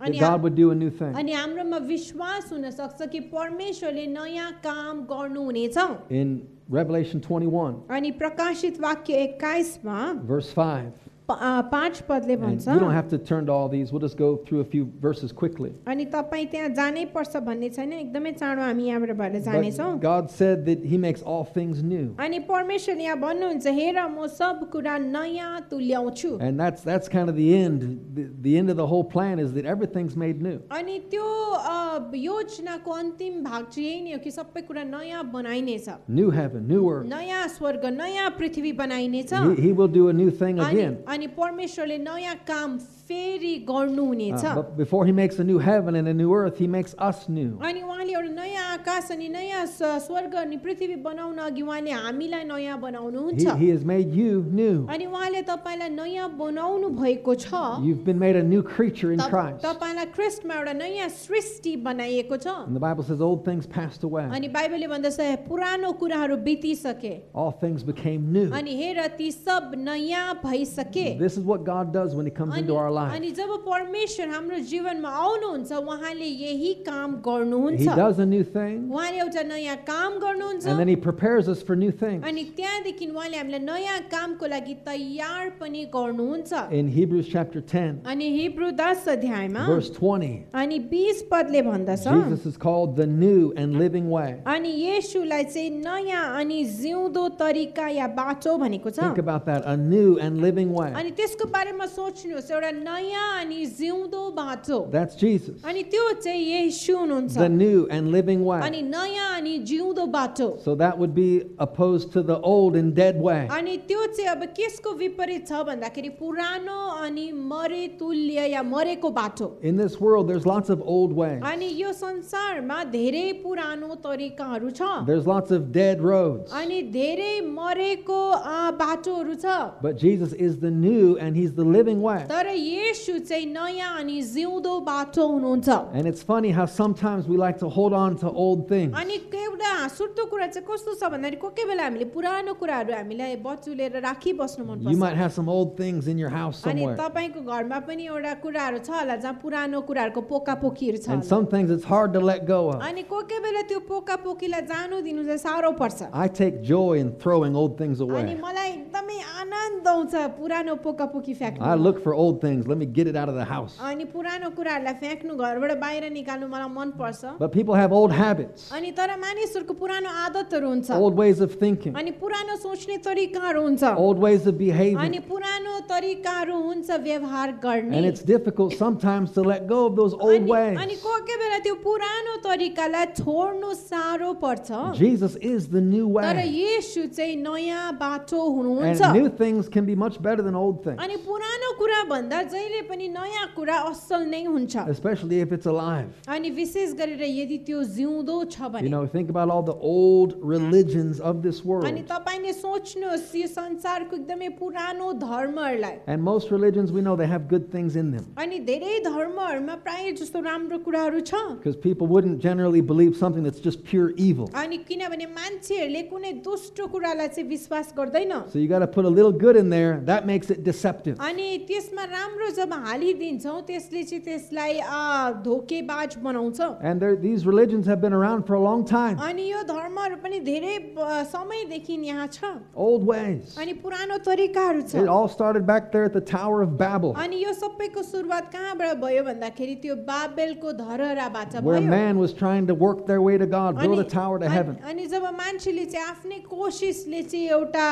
B: that
A: Ani-
B: God would do a new thing.
A: अनि हाम्रोमा विश्वास हुन सक्छ कि परमेश्वरले नयाँ काम गर्नुहुनेछ
B: in Revelation 21,
A: अनि प्रकाशित वाक्य एक्काइसमा
B: verse 5.
A: प- आ, पाँच पदले
B: And
A: भन्छ
B: you don't have to turn to all these. We'll just go through a few verses quickly.
A: अनि तपाईँ त्यहाँ जानै पर्छ भन्ने छैन एकदमै चाँडो हामी यहाँबाट भएर जानेछौँ
B: But God said that He makes all things new.
A: अनि परमेश्वरले यहाँ भन्नुहुन्छ हेर म सब कुरा नयाँ तुल्याउँछु
B: And that's, that's kind of the end. The, the end of the whole plan is that everything's made new.
A: अनि त्यो अ, योजनाको अन्तिम भाग चाहिँ यही नै हो कि सबै कुरा नयाँ बनाइनेछ
B: New heaven, new earth.
A: नयाँ स्वर्ग नयाँ पृथ्वी बनाइनेछ
B: He, he will do a new thing
A: अनि
B: again.
A: अनि परमेश्वरले नयाँ काम फेरि गर्नुहुनेछ
B: Uh, but before He makes a new heaven and a new earth, He makes us new.
A: अनि उहाँले एउटा नयाँ आकाश अनि नयाँ स- स्वर्ग अनि पृथ्वी बनाउन अघि उहाँले हामीलाई नयाँ बनाउनुहुन्छ
B: He, he has made you new.
A: अनि उहाँले तपाईँलाई नयाँ बनाउनु भएको छ
B: You've been made a new creature in
A: तप-
B: Christ.
A: तपाईँलाई क्रिस्टमा एउटा नयाँ सृष्टि बनाइएको छ
B: And the Bible says old things passed away,
A: अनि बाइबलले भन्दछ पुरानो कुराहरू बितिसके
B: all things became new.
A: अनि हेर ती सब नयाँ भइसके
B: This is what God does when He comes
A: अनि
B: into our life.
A: अनि जब परमेश्वर हाम्रो जीवनमा आउनुहुन्छ उहाँले यही काम
B: He
A: गर्नुहुन्छ
B: does a new thing,
A: उहाँले एउटा नयाँ काम गर्नुहुन्छ
B: and then He prepares us for new things.
A: अनि त्यहाँदेखि उहाँले हामीलाई नयाँ कामको लागि तयार पनि गर्नुहुन्छ
B: In Hebrews chapter 10,
A: अनि हिब्रू दस अध्यायमा
B: verse 20,
A: अनि बिस पदले भन्दछ
B: Jesus is called the new and living way.
A: अनि येशूलाई चाहिँ नयाँ अनि जिउँदो तरिका या बाटो भनेको छ
B: Think about that a new and living way.
A: अनि त्यसको बारेमा सोच्नुहोस् एउटा नयाँ अनि जिउँदो बाटो
B: That's Jesus,
A: अनि त्यो चाहिँ येशू हुनुहुन्छ
B: the new and living
A: अनि
B: way.
A: नयाँ अनि जिउँदो बाटो
B: So that would be opposed to the old and dead way.
A: अनि त्यो चाहिँ अब केसको विपरीत छ भन्दाखेरि पुरानो अनि मरे तुल्य या मरेको बाटो
B: In this world, there's lots of old ways,
A: अनि यो संसारमा धेरै पुरानो तरिकाहरू छ
B: there's lots of dead roads.
A: अनि धेरै मरेको अँ, बाटोहरू छ
B: But Jesus is the new and He's the living way.
A: तर येशू चाहिँ नयाँ अनि जिउँदो बाटो हुनुहुन्छ
B: And it's funny how sometimes we like to hold on to old things.
A: अनि एउटा हाँसुट्दो कुरा चाहिँ कस्तो छ भन्दाखेरि कोही कोही बेला हामीले पुरानो कुराहरू हामीलाई बचुलेर राखिबस्नु
B: You might
A: मनपर्छ
B: have some old things in your house
A: अनि
B: somewhere.
A: तपाईँको घरमा पनि एउटा कुराहरू छ होला जहाँ पुरानो कुराहरूको पोका पोखीहरू छ
B: And
A: होला।
B: some things it's hard to let go of.
A: अनि कोही कोही बेला त्यो पोका पोखीलाई जानु दिनु चाहिँ साह्रो पर्छ
B: I take joy in throwing old things
A: अनि
B: away.
A: मलाई एकदमै आनन्द आउँछ पुरानो पोका पोकी
B: I
A: फ्याँक्नु
B: look for old things. Let me get it out of the house.
A: अनि पुरानो कुराहरूलाई फ्याँक्नु घरबाट बाहिर निकाल्नु मलाई मनपर्छ
B: But people have old habits,
A: अनि तर मानिसहरूको पुरानो आदतहरू हुन्छ
B: old ways of thinking,
A: अनि पुरानो सोच्ने तरिकाहरू हुन्छ
B: old ways of
A: अनि
B: behaving.
A: पुरानो तरिकाहरू हुन्छ व्यवहार गर्ने
B: And it's difficult sometimes to let go of those old
A: अनि- अनि
B: ways.
A: कोही कोही बेला त्यो पुरानो तरिकालाई छोड्नु साह्रो पर्छ
B: Oh, Jesus is the new
A: तर
B: way.
A: येशू चाहिँ नयाँ बाटो
B: And
A: हुनुहुन्छ
B: new things can be much better than old things,
A: अनि पुरानो कुरा भन्दा जहिले पनि नयाँ कुरा असल नै हुन्छ
B: especially if it's alive.
A: अनि विशेष गरेर यदि त्यो जिउँदो छ
B: You
A: भने
B: know, think about all the old religions of this
A: अनि
B: world.
A: तपाईँले सोच्नुहोस् यो संसारको एकदमै पुरानो धर्महरूलाई
B: And most religions, we know they have good things in them
A: अनि धेरै धर्महरूमा प्राय जस्तो राम्रो कुराहरू छ
B: because people wouldn't generally believe something that's just pure evil.
A: अनि किनभने मान्छेहरूले कुनै दुष्ट कुरालाई चाहिँ विश्वास गर्दैन
B: So you got to put a little good in there. That makes it deceptive.
A: अनि त्यसमा राम्रो जब हालिदिन्छौँ त्यसले चाहिँ त्यसलाई आ, धोकेबाज बनाउँछ
B: And there, these religions have been around for a long time.
A: अनि यो धर्महरू पनि धेरै अ, समयदेखि यहाँ छ
B: Old ways.
A: अनि पुरानो तरिकाहरू छ
B: It all started back there at the Tower of Babel,
A: अनि यो सबैको सुरुवात कहाँबाट भयो भन्दाखेरि त्यो बाबेलको धरहराबाट
B: where
A: भयो
B: man was trying to work their way to God, build a
A: अनि-
B: tower to
A: अनि
B: heaven.
A: अनि जब मान्छेले चाहिँ आफ्नै कोसिसले चाहिँ एउटा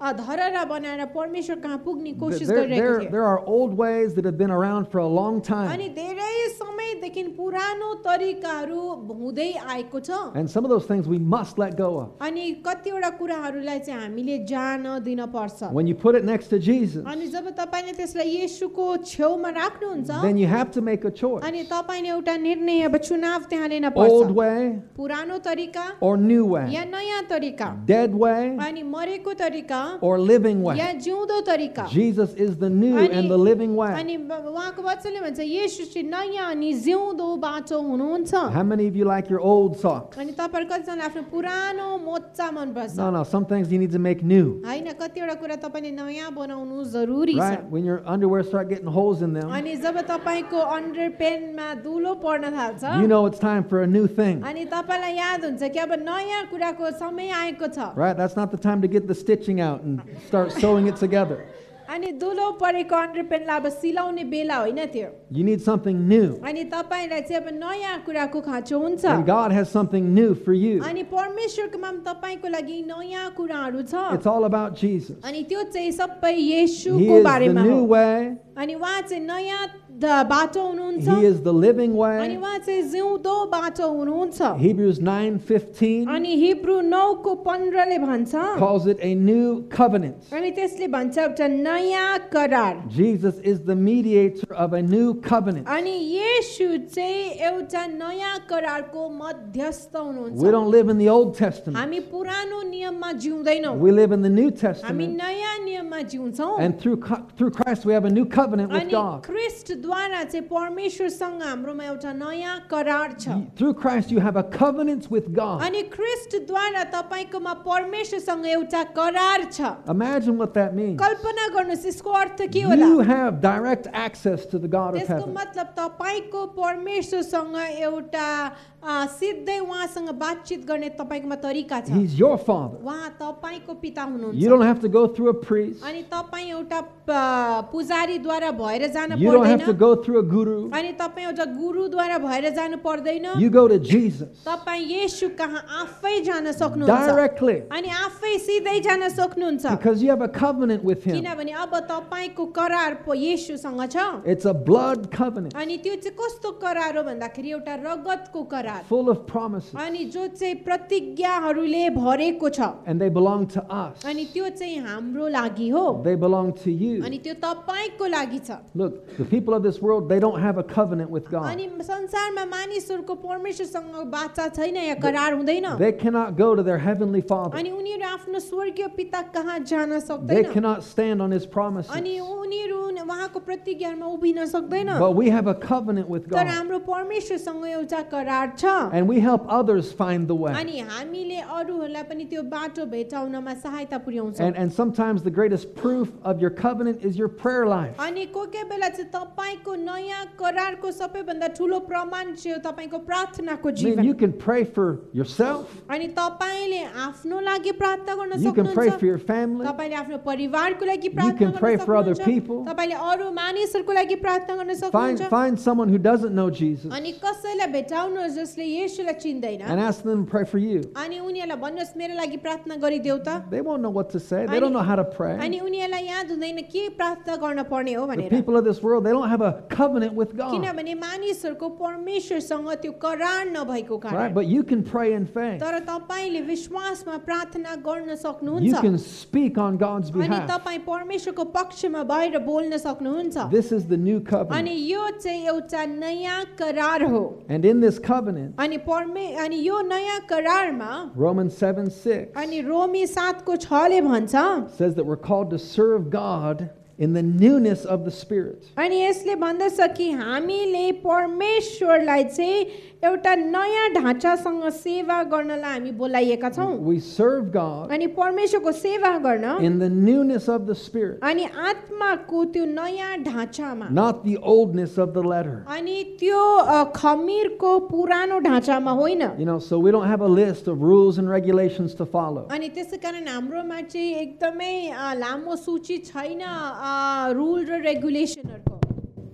A: अ, धरहरा बनाएर परमेश्वर कहाँ पुग्ने कोसिस
B: There,
A: गरिरहेको
B: there,
A: थियो
B: there are old ways that have been around for a long
A: अनि
B: time.
A: धेरै समयदेखि पुरानो तरिकाहरू हुँदै आएको छ
B: And some of those things we must let go of.
A: अनि कतिवटा कुराहरूलाई चाहिँ हामीले जान दिन पर्छ
B: When you put it next to Jesus,
A: अनि जब तपाईँले त्यसलाई येशूको छेउमा राख्नुहुन्छ
B: then you have to make a choice
A: अनि तपाईँले एउटा निर्णय अब चुनाव त्यहाँ लिन
B: old
A: पर्छ
B: way
A: पुरानो तरिका
B: or new
A: या
B: way,
A: नयाँ तरिका
B: dead way
A: अनि मरेको तरिका
B: or living
A: या
B: way.
A: जिउँदो तरिका
B: Jesus is the new
A: Ani-
B: and the living way.
A: अनि ब- उहाँको वचनले भन्छ येशू चाहिँ नयाँ अनि जिउँदो बाटो हुनुहुन्छ
B: How many of you like your old socks?
A: अनि तपाईँहरू कतिजना आफ्नो पुरानो मोजा मनपर्छ
B: No, no, some things you need to make new.
A: होइन कतिवटा कुरा तपाईँले नयाँ बनाउनु जरुरी छ
B: Right? When your underwear start getting holes in them,
A: अनि जब तपाईँको अन्डर पेनमा धुलो पर्न थाल्छ
B: you know it's time for a new thing.
A: अनि तपाईँलाई याद हुन्छ कि अब नयाँ कुराको समय आएको छ
B: Right? That's not the time to get the stitching out and start sewing it together.
A: अनि धुलो परेको अन्डर पेनलाई अब सिलाउने बेला होइन त्यो
B: You need something new.
A: अनि तपाईँलाई चाहिँ अब नयाँ कुराको खाँचो हुन्छ
B: And God has something new for you.
A: अनि परमेश्वरकोमा पनि तपाईँको लागि नयाँ कुराहरू छ
B: It's all about Jesus.
A: अनि त्यो चाहिँ सबै
B: He
A: येशूको
B: is the
A: बारेमा
B: new
A: हो
B: way,
A: अनि उहाँ चाहिँ नयाँ द- बाटो हुनुहुन्छ
B: He is the living
A: अनि
B: way.
A: उहाँ चाहिँ जिउँदो बाटो हुनुहुन्छ
B: Hebrews 9:15
A: अनि हिब्रू नौको पन्ध्रले भन्छ
B: calls it a new covenant.
A: अनि त्यसले भन्छ एउटा नयाँ करार
B: Jesus is the mediator of a new covenant.
A: अनि येशू चाहिँ एउटा नयाँ करारको मध्यस्थ हुनुहुन्छ
B: We don't live in the Old Testament.
A: हामी पुरानो नियममा जिउँदैनौँ
B: We live in the New
A: हामी
B: Testament.
A: नयाँ नियममा जिउँछौँ
B: And through co- through Christ we have a new covenant with
A: अनि
B: God.
A: ख्रिस्ट द्वारा चाहिँ परमेश्वरसँग हाम्रोमा एउटा नयाँ करार छ
B: Through Christ, you have a covenant with God.
A: अनि ख्रिस्टद्वारा तपाईँकोमा परमेश्वरसँग एउटा करार छ
B: Imagine what that means.
A: कल्पना गर्नुहोस् यसको अर्थ के होला
B: You have direct access to the God of
A: त्यसको
B: heaven.
A: मतलब तपाईँको परमेश्वरसँग एउटा अ, सिधै उहाँसँग बातचित गर्ने तपाईँकोमा तरिका छ
B: He's your father.
A: उहाँ तपाईँको पिता
B: You
A: हुनुहुन्छ
B: don't have to go through a priest.
A: अनि तपाईँ एउटा प- पुजारीद्वारा भएर जान
B: You don't have to
A: पर्दैन
B: go through a guru.
A: अनि तपाईँ एउटा गुरुद्वारा भएर जानु पर्दैन
B: You go to Jesus
A: तपाईँ येशू कहाँ आफै जान सक्नुहुन्छ
B: directly
A: अनि आफै सिधै जान सक्नुहुन्छ
B: because you have a covenant with Him.
A: किनभने अब तपाईँको करार पो येशूसँग छ
B: It's a blood covenant
A: अनि त्यो चाहिँ कस्तो करार हो भन्दाखेरि एउटा रगतको करार
B: full of promises,
A: अनि जो चाहिँ प्रतिज्ञाहरूले भरेको छ
B: and they belong to us.
A: अनि त्यो चाहिँ हाम्रो लागि हो
B: They belong
A: अनि
B: to you.
A: त्यो तपाईँको लागि छ
B: Look, the people of this world, they don't have a covenant with
A: अनि
B: God.
A: संसारमा मानिसहरूको परमेश्वरसँग बाचा छैन या करार हुँदैन
B: They cannot go to their heavenly Father.
A: अनि उनीहरू आफ्नो स्वर्गीय पिता कहाँ जान
B: They
A: सक्दैन
B: cannot stand on His
A: अनि
B: promises.
A: उनीहरू उन- उहाँको प्रतिज्ञामा उभिन सक्दैन
B: But we have a covenant with
A: तर
B: God,
A: हाम्रो परमेश्वरसँग एउटा करार छ
B: and we help others find the way.
A: अनि हामीले अरूहरूलाई पनि त्यो बाटो भेटाउनमा सहायता पुर्याउँछौँ
B: And, and sometimes the greatest proof of your covenant is your prayer life.
A: अनि कोही कोही बेला चाहिँ तपाईँको नयाँ करारको सबैभन्दा ठुलो प्रमाण चाहिँ हो तपाईँको प्रार्थनाको
B: I mean, you
A: जीवन
B: can pray for yourself,
A: अनि तपाईँले आफ्नो लागि प्रार्थना गर्न
B: you can pray for
A: सक्नुहुन्छ
B: your family,
A: तपाईँले आफ्नो परिवारको लागि
B: can
A: प्रार्थना
B: pray
A: गर्न
B: for other
A: सक्नुहुन्छ
B: people.
A: तपाईँले अरू मानिसहरूको लागि प्रार्थना गर्न
B: Find,
A: सक्नुहुन्छ
B: find someone who doesn't know Jesus
A: अनि कसैलाई भेटाउनुहोस् जसले येशूलाई चिन्दैन
B: and ask them to pray for you.
A: अनि उनीहरूलाई भन्नुहोस् मेरो लागि प्रार्थना गरिदेऊ त
B: They won't know what to say. They don't know how to pray.
A: अनि उनीहरूलाई याद हुँदैन के प्रार्थना गर्न पर्ने हो
B: The
A: भनेर
B: people of this world, they don't have a covenant with God.
A: किनभने मानिसहरूको परमेश्वरसँग त्यो करार नभएको
B: Right?
A: कारण
B: But you can pray in faith.
A: तर तपाईँले विश्वासमा प्रार्थना गर्न
B: You
A: सक्नुहुन्छ
B: can speak on God's
A: अनि
B: behalf.
A: तपाईँ परमेश्वरको पक्षमा भएर बोल्न सक्नुहुन्छ
B: This is the new
A: अनि
B: covenant.
A: यो चाहिँ एउटा नयाँ करार हो
B: And in this covenant,
A: अनि परमे अनि यो नयाँ करारमा
B: Romans 7 6
A: अनि रोमी सातको छले भन्छ
B: says that we're called to serve God in the newness of the Spirit.
A: अनि यसले भन्दछ कि हामीले परमेश्वरलाई चाहिँ एउटा नयाँ ढाँचासँग सेवा गर्नलाई हामी बोलाइएका छौँ
B: We serve God
A: अनि परमेश्वरको सेवा गर्न
B: in the newness of the Spirit,
A: अनि आत्माको त्यो नयाँ ढाँचामा
B: not the oldness of the letter.
A: अनि त्यो अ, खमीरको पुरानो ढाँचामा होइन
B: You know, so we don't have a list of rules and regulations to follow.
A: अनि त्यसै कारण हाम्रोमा चाहिँ एकदमै अ, लामो सूची छैन अ, रुल र रेगुलेसनहरूको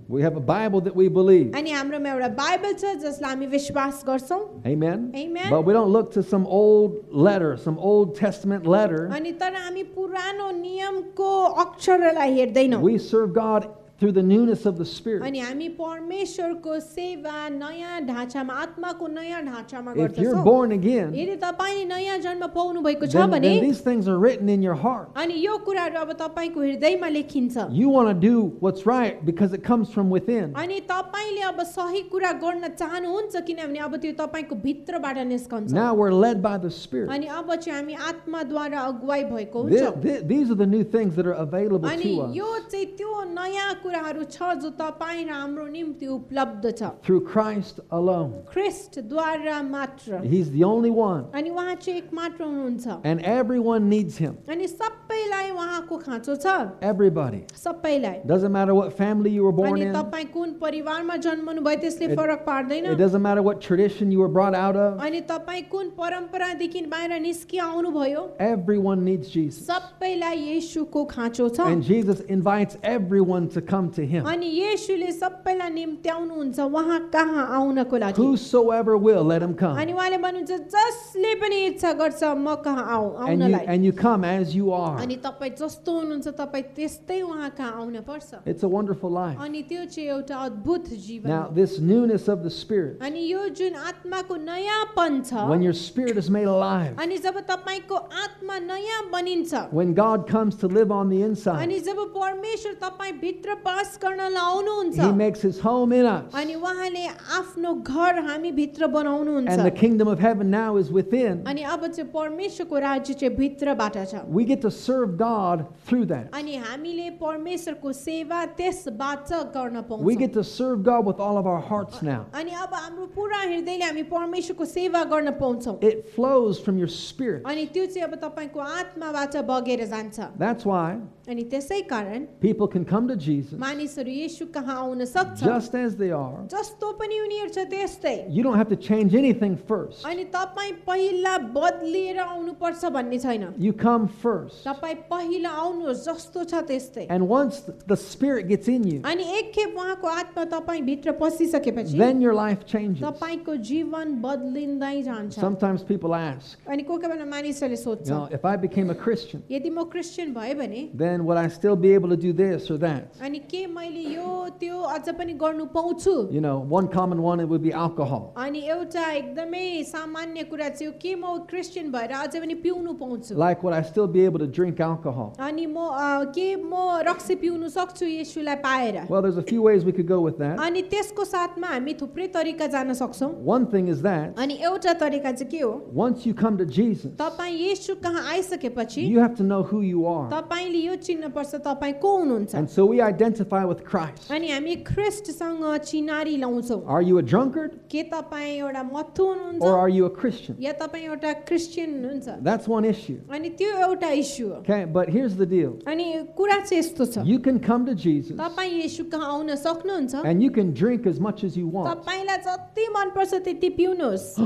B: We have a Bible that we believe.
A: अनि हाम्रोमा एउटा बाइबल छ जसलाई हामी विश्वास गर्छौँ
B: Amen.
A: Amen.
B: But we don't look to some old letter, some Old Testament letter.
A: अनि तर हामी पुरानो नियमको अक्षरलाई हेर्दैनौँ
B: We serve God through the newness of the Spirit.
A: अनि हामी परमेश्वरको सेवा नयाँ ढाँचामा आत्माको नयाँ ढाँचामा
B: If you're
A: गर्दछौँ
B: born again,
A: यदि तपाईँले नयाँ जन्म पाउनु भएको छ
B: then,
A: भने
B: then these things are written in your heart.
A: अनि यो कुराहरू अब तपाईँको हृदयमा लेखिन्छ
B: You want to do what's right because it comes from within.
A: अनि तपाईँले अब सही कुरा गर्न चाहनुहुन्छ किनभने अब त्यो तपाईँको भित्रबाट निस्कन्छ
B: Now we're led by the Spirit.
A: अनि अब चाहिँ हामी आत्माद्वारा अगुवाई भएको
B: Thi-
A: हुन्छ
B: thi- these are the new things that are available
A: अनि
B: to us
A: यो चाहिँ त्यो नयाँ कुराहरू छ जो तपाईँ र हाम्रो निम्ति उपलब्ध छ
B: through Christ alone.
A: ख्रिस्टद्वारा मात्र
B: He's the only one,
A: अनि उहाँ चाहिँ एक मात्र हुनुहुन्छ
B: and everyone needs Him.
A: अनि सबैलाई उहाँको खाँचो छ
B: Everybody.
A: सबैलाई
B: Doesn't matter what family you were born
A: अनि
B: in.
A: तपाईँ कुन परिवारमा जन्मनु भयो त्यसले
B: It-
A: फरक पार्दैन
B: It doesn't matter what tradition you were brought out of.
A: अनि तपाईँ कुन परम्परादेखि बाहिर निस्कि आउनुभयो
B: Everyone needs Jesus.
A: सबैलाई येशूको खाँचो छ
B: And Jesus invites everyone to come to him.
A: अनि येशूले सबैलाई निम्त्याउनुहुन्छ उहाँ कहाँ आउनको लागि
B: Whosoever will, let him
A: अनि
B: come.
A: उहाँले भन्नुहुन्छ जसले पनि इच्छा गर्छ म कहाँ आऊ
B: And you,
A: आउनलाई
B: and you come as you are.
A: अनि तपाईँ जस्तो हुनुहुन्छ तपाईँ त्यस्तै उहाँ कहाँ आउन पर्छ
B: It's a wonderful life.
A: अनि त्यो चाहिँ एउटा अद्भुत जीवन
B: Now,
A: हो।
B: this newness of the Spirit,
A: अनि यो जुन आत्माको नयाँपन छ
B: when your spirit is made alive,
A: अनि जब तपाईँको आत्मा नयाँ बनिन्छ
B: when God comes to live on the inside,
A: अनि जब परमेश्वर तपाईँ भित्र बास गर्न लाउनुहुन्छ
B: He makes his home in us.
A: अनि उहाँले आफ्नो घर हामी भित्र बनाउनुहुन्छ
B: And the kingdom of heaven now is within.
A: अनि अब चाहिँ परमेश्वरको राज्य चाहिँ भित्रबाट छ
B: We get to serve God through that.
A: अनि हामीले परमेश्वरको सेवा त्यसबाट गर्न
B: We
A: पाउँछौँ
B: get to serve God with all of our hearts now.
A: अनि अब हाम्रो पुरा हृदयले हामी परमेश्वरको सेवा गर्न पाउँछौँ
B: It flows from your spirit.
A: अनि त्यो चाहिँ अब तपाईँको आत्माबाट बगेर जान्छ
B: That's why
A: अनि त्यसै कारण
B: people can come to Jesus
A: मानिसहरू यसु कहाँ आउन सक्छ
B: just as they are.
A: जस्तो पनि उनीहरू छ त्यस्तै
B: You don't have to change anything first.
A: अनि तपाईँ पहिला बदलिएर आउनुपर्छ भन्ने छैन
B: You come first.
A: तपाईँ पहिला आउनुहोस् जस्तो छ त्यस्तै
B: And once th- the spirit gets in you,
A: अनि एकखेप उहाँको आत्मा तपाईँ भित्र पसिसकेपछि
B: then your life changes.
A: तपाईँको जीवन बदलिँदै जान्छ
B: Sometimes people ask,
A: अनि कोही कोही बेला मानिसहरूले सोध्छ
B: you know, if I became a Christian,
A: यदि म क्रिस्चियन भएँ भने
B: then would I still be able to do this or that?
A: अनि के मैले यो त्यो अझ पनि गर्नु पाउँछु
B: You know, one common one it would be alcohol.
A: अनि एउटा एकदमै सामान्य कुरा चाहिँ हो, के म क्रिस्चियन भएर अझै पनि पिउनु पाउँछु
B: Like, would I still be able to drink alcohol?
A: अनि म अ, के म रक्सी पिउनु सक्छु यसुलाई पाएर
B: Well, there's a few ways we could go with that.
A: अनि त्यसको साथमा हामी थुप्रै तरिका जान सक्छौँ
B: One thing is that
A: अनि एउटा तरिका चाहिँ के हो
B: once you come to Jesus,
A: तपाईँ यसु कहाँ आइसकेपछि
B: you have to know who you are.
A: तपाईँले यो चिन्नुपर्छ तपाईँ को हुनुहुन्छ
B: And so we identify with Christ.
A: अनि हामी ख्रिस्टसँग चिनारी लाउँछौँ
B: Are you a drunkard
A: के तपाईँ एउटा मथु हुनुहुन्छ
B: or are you a Christian?
A: या तपाईँ एउटा क्रिस्चियन हुनुहुन्छ
B: That's one issue.
A: अनि त्यो एउटा इस्यु हो
B: Okay, but here's the deal
A: अनि कुरा चाहिँ यस्तो छ
B: you can come to Jesus
A: तपाईँ यसु कहाँ आउन सक्नुहुन्छ
B: and you can drink as much as you want.
A: तपाईँलाई जति मनपर्छ त्यति पिउनुहोस्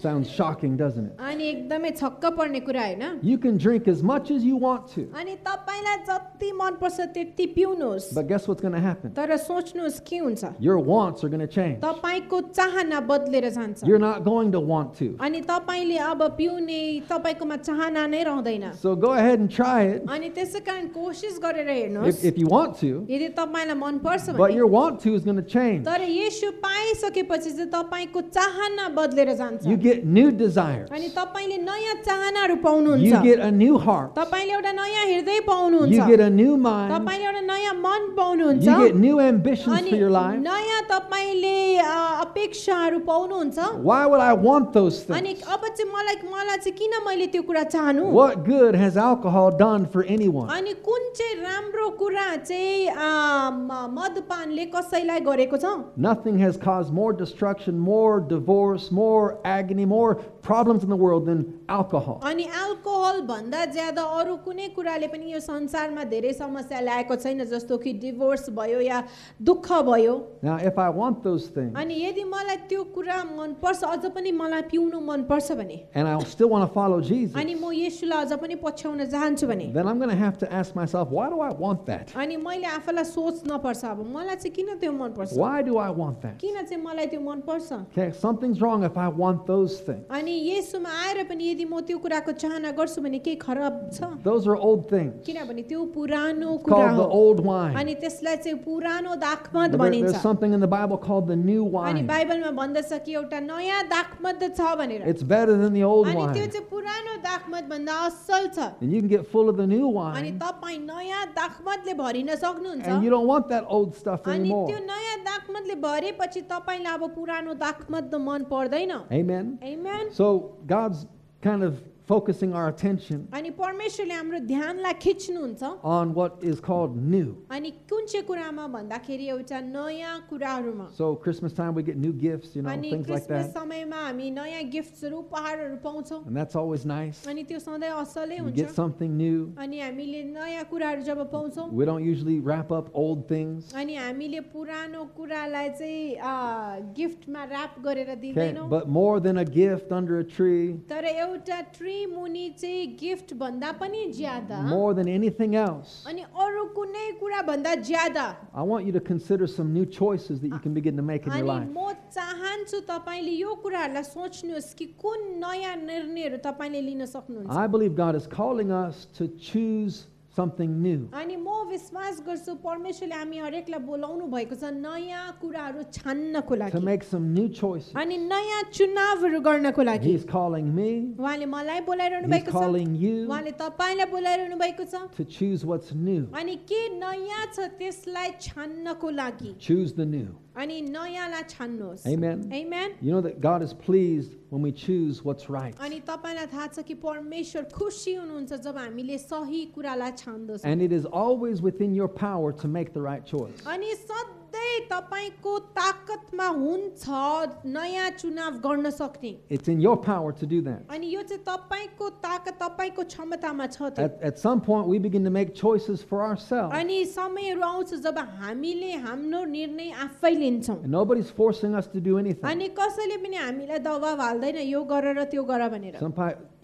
B: Sounds shocking, doesn't it?
A: अनि एकदमै छक्क पर्ने कुरा होइन
B: You can drink as much as you want to,
A: अनि तपाईँलाई जति मनपर्छ त्यति पिउनुहोस्
B: but guess what's going to happen?
A: तर सोच्नुहोस् के हुन्छ
B: Your wants are going to change.
A: तपाईँको चाहना बदलेर जान्छ
B: You're not going to want to.
A: अनि तपाईँले अब पिउने तपाईँकोमा चाहना नै रहँदैन
B: So go ahead and try it
A: अनि त्यसै कारण कोसिस गरेर
B: if,
A: हेर्नुहोस्
B: if you want to,
A: यदि तपाईँलाई मनपर्छ
B: but
A: भने
B: your want to is going to change.
A: तर यसो पाइसकेपछि चाहिँ तपाईँको चाहना बदलेर जान्छ
B: You get new desires,
A: अनि तपाईँले नयाँ चाहनाहरू पाउनुहुन्छ
B: you get a new heart,
A: तपाईँले एउटा नयाँ हृदय
B: you
A: पाउनुहुन्छ
B: get a new mind,
A: तपाईँले एउटा नयाँ मन
B: you
A: पाउनुहुन्छ
B: get new ambitions
A: अनि
B: for your life.
A: नयाँ तपाईँले अ, अपेक्षाहरू पाउनुहुन्छ
B: Why would I want those
A: अनि
B: things?
A: अब चाहिँ मलाई मलाई चाहिँ किन मैले त्यो कुरा चाहनु
B: What good has alcohol done for anyone?
A: अनि कुन चाहिँ राम्रो कुरा चाहिँ अ, म- मदपानले कसैलाई गरेको छ
B: Nothing has caused more destruction, more divorce, more agony, more problems in the world than alcohol.
A: अनि अल्कोहल भन्दा ज्यादा अरू कुनै कुराले पनि यो संसारमा धेरै समस्या ल्याएको छैन जस्तो कि डिभोर्स भयो या दुःख भयो
B: Now, if I want those things
A: अनि यदि मलाई त्यो कुरा मनपर्छ अझ पनि मलाई पिउनु मनपर्छ भने
B: and I still want to follow Jesus,
A: अनि म यसुलाई अझ पनि पछ्याउन चाहन्छु भने
B: then I'm going to have to ask myself, why do I want that?
A: अनि मैले आफूलाई सोच्न पर्छ अब मलाई चाहिँ किन त्यो मनपर्छ
B: Why do I want that?
A: किन चाहिँ मलाई त्यो मनपर्छ
B: Okay, something's wrong if I want those things.
A: अनि यसुमा आएर पनि यदि म त्यो कुराको चाहना गर्छु भने केही खराब छ
B: Those are old things
A: किनभने त्यो पुरानो कुरा
B: called
A: हो
B: the old wine.
A: अनि त्यसलाई चाहिँ पुरानो दाखमत
B: There- there's
A: भनिन्छ
B: something in the Bible called the new
A: अनि
B: wine.
A: बाइबलमा भन्दछ कि एउटा नयाँ दाखमत छ भनेर
B: It's better than the old
A: अनि त्यो
B: wine.
A: चाहिँ पुरानो दाखमत भन्दा असल छ
B: And you can get full of the new
A: अनि
B: wine,
A: तपाईँ नयाँ दाखमतले भरिन सक्नुहुन्छ
B: and you don't want that old stuff
A: अनि त्यो
B: anymore.
A: नयाँ दाखमतले भरेपछि तपाईँलाई अब पुरानो दाखमत त मन पर्दैन
B: Amen.
A: Amen?
B: So God's kind of focusing our attention
A: अनि परमेश्वरले हाम्रो ध्यानलाई खिच्नुहुन्छ
B: on what is called new.
A: अनि कुन चाहिँ कुरामा भन्दाखेरि एउटा नयाँ कुराहरूमा
B: So Christmas time we get new gifts, you know,
A: अनि
B: things like
A: क्रिसमस
B: that.
A: समयमा हामी नयाँ गिफ्ट्सहरू उपहारहरू पाउँछौँ
B: And that's always nice.
A: अनि त्यो सधैँ असलै
B: You get
A: हुन्छ
B: something new.
A: अनि हामीले नयाँ कुराहरू जब पाउँछौँ
B: We don't usually wrap up old things.
A: अनि हामीले पुरानो कुरालाई चाहिँ अ, गिफ्टमा ऱ्याप गरेर
B: Okay,
A: दिँदैनौँ
B: but more than a gift under a tree,
A: तर एउटा ट्री मुनि चाहिँ गिफ्ट भन्दा पनि ज्यादा
B: more than anything else,
A: अनि अरू कुनै कुरा भन्दा ज्यादा
B: I want you to consider some new choices that you can begin to make in your
A: अनि
B: life.
A: म चाहन्छु तपाईँले यो कुराहरूलाई सोच्नुहोस् कि कुन नयाँ निर्णयहरू तपाईँले लिन सक्नुहुन्छ
B: I believe God is calling us to choose something new.
A: अनि म विश्वास गर्छु परमेश्वरले हामी हरेकलाई बोलाउनु भएको छ नयाँ कुराहरू छान्नको
B: To
A: लागि
B: make some new choices.
A: अनि नयाँ चुनावहरू गर्नको लागि
B: He's calling me.
A: उहाँले मलाई बोलाइरहनु
B: He's
A: भएको छ
B: calling you
A: उहाँले तपाईँलाई बोलाइरहनु भएको छ
B: to choose what's new.
A: अनि के नयाँ छ त्यसलाई छान्नको लागि
B: Choose the new.
A: अनि नयाँलाई छान्नुहोस्
B: Amen.
A: Amen.
B: You know that God is pleased when we choose what's right.
A: अनि तपाईँलाई थाहा छ कि परमेश्वर खुसी हुनुहुन्छ जब हामीले सही कुरालाई छान्दछौँ
B: And it is always within your power to make the right choice.
A: अनि सधैँ तपाईँको ताकतमा हुन्छ नयाँ चुनाव गर्न सक्ने
B: It's in your power to do that.
A: अनि यो चाहिँ तपाईँको ताकत तपाईँको क्षमतामा छ त्यो।
B: At, at some point, we begin to make choices for ourselves.
A: अनि समयहरू आउँछ जब हामीले हाम्रो निर्णय आफै लिन्छौँ
B: And nobody's forcing us to do anything.
A: अनि कसैले पनि हामीलाई दबाब हाल्दैन यो गर र त्यो गर भनेर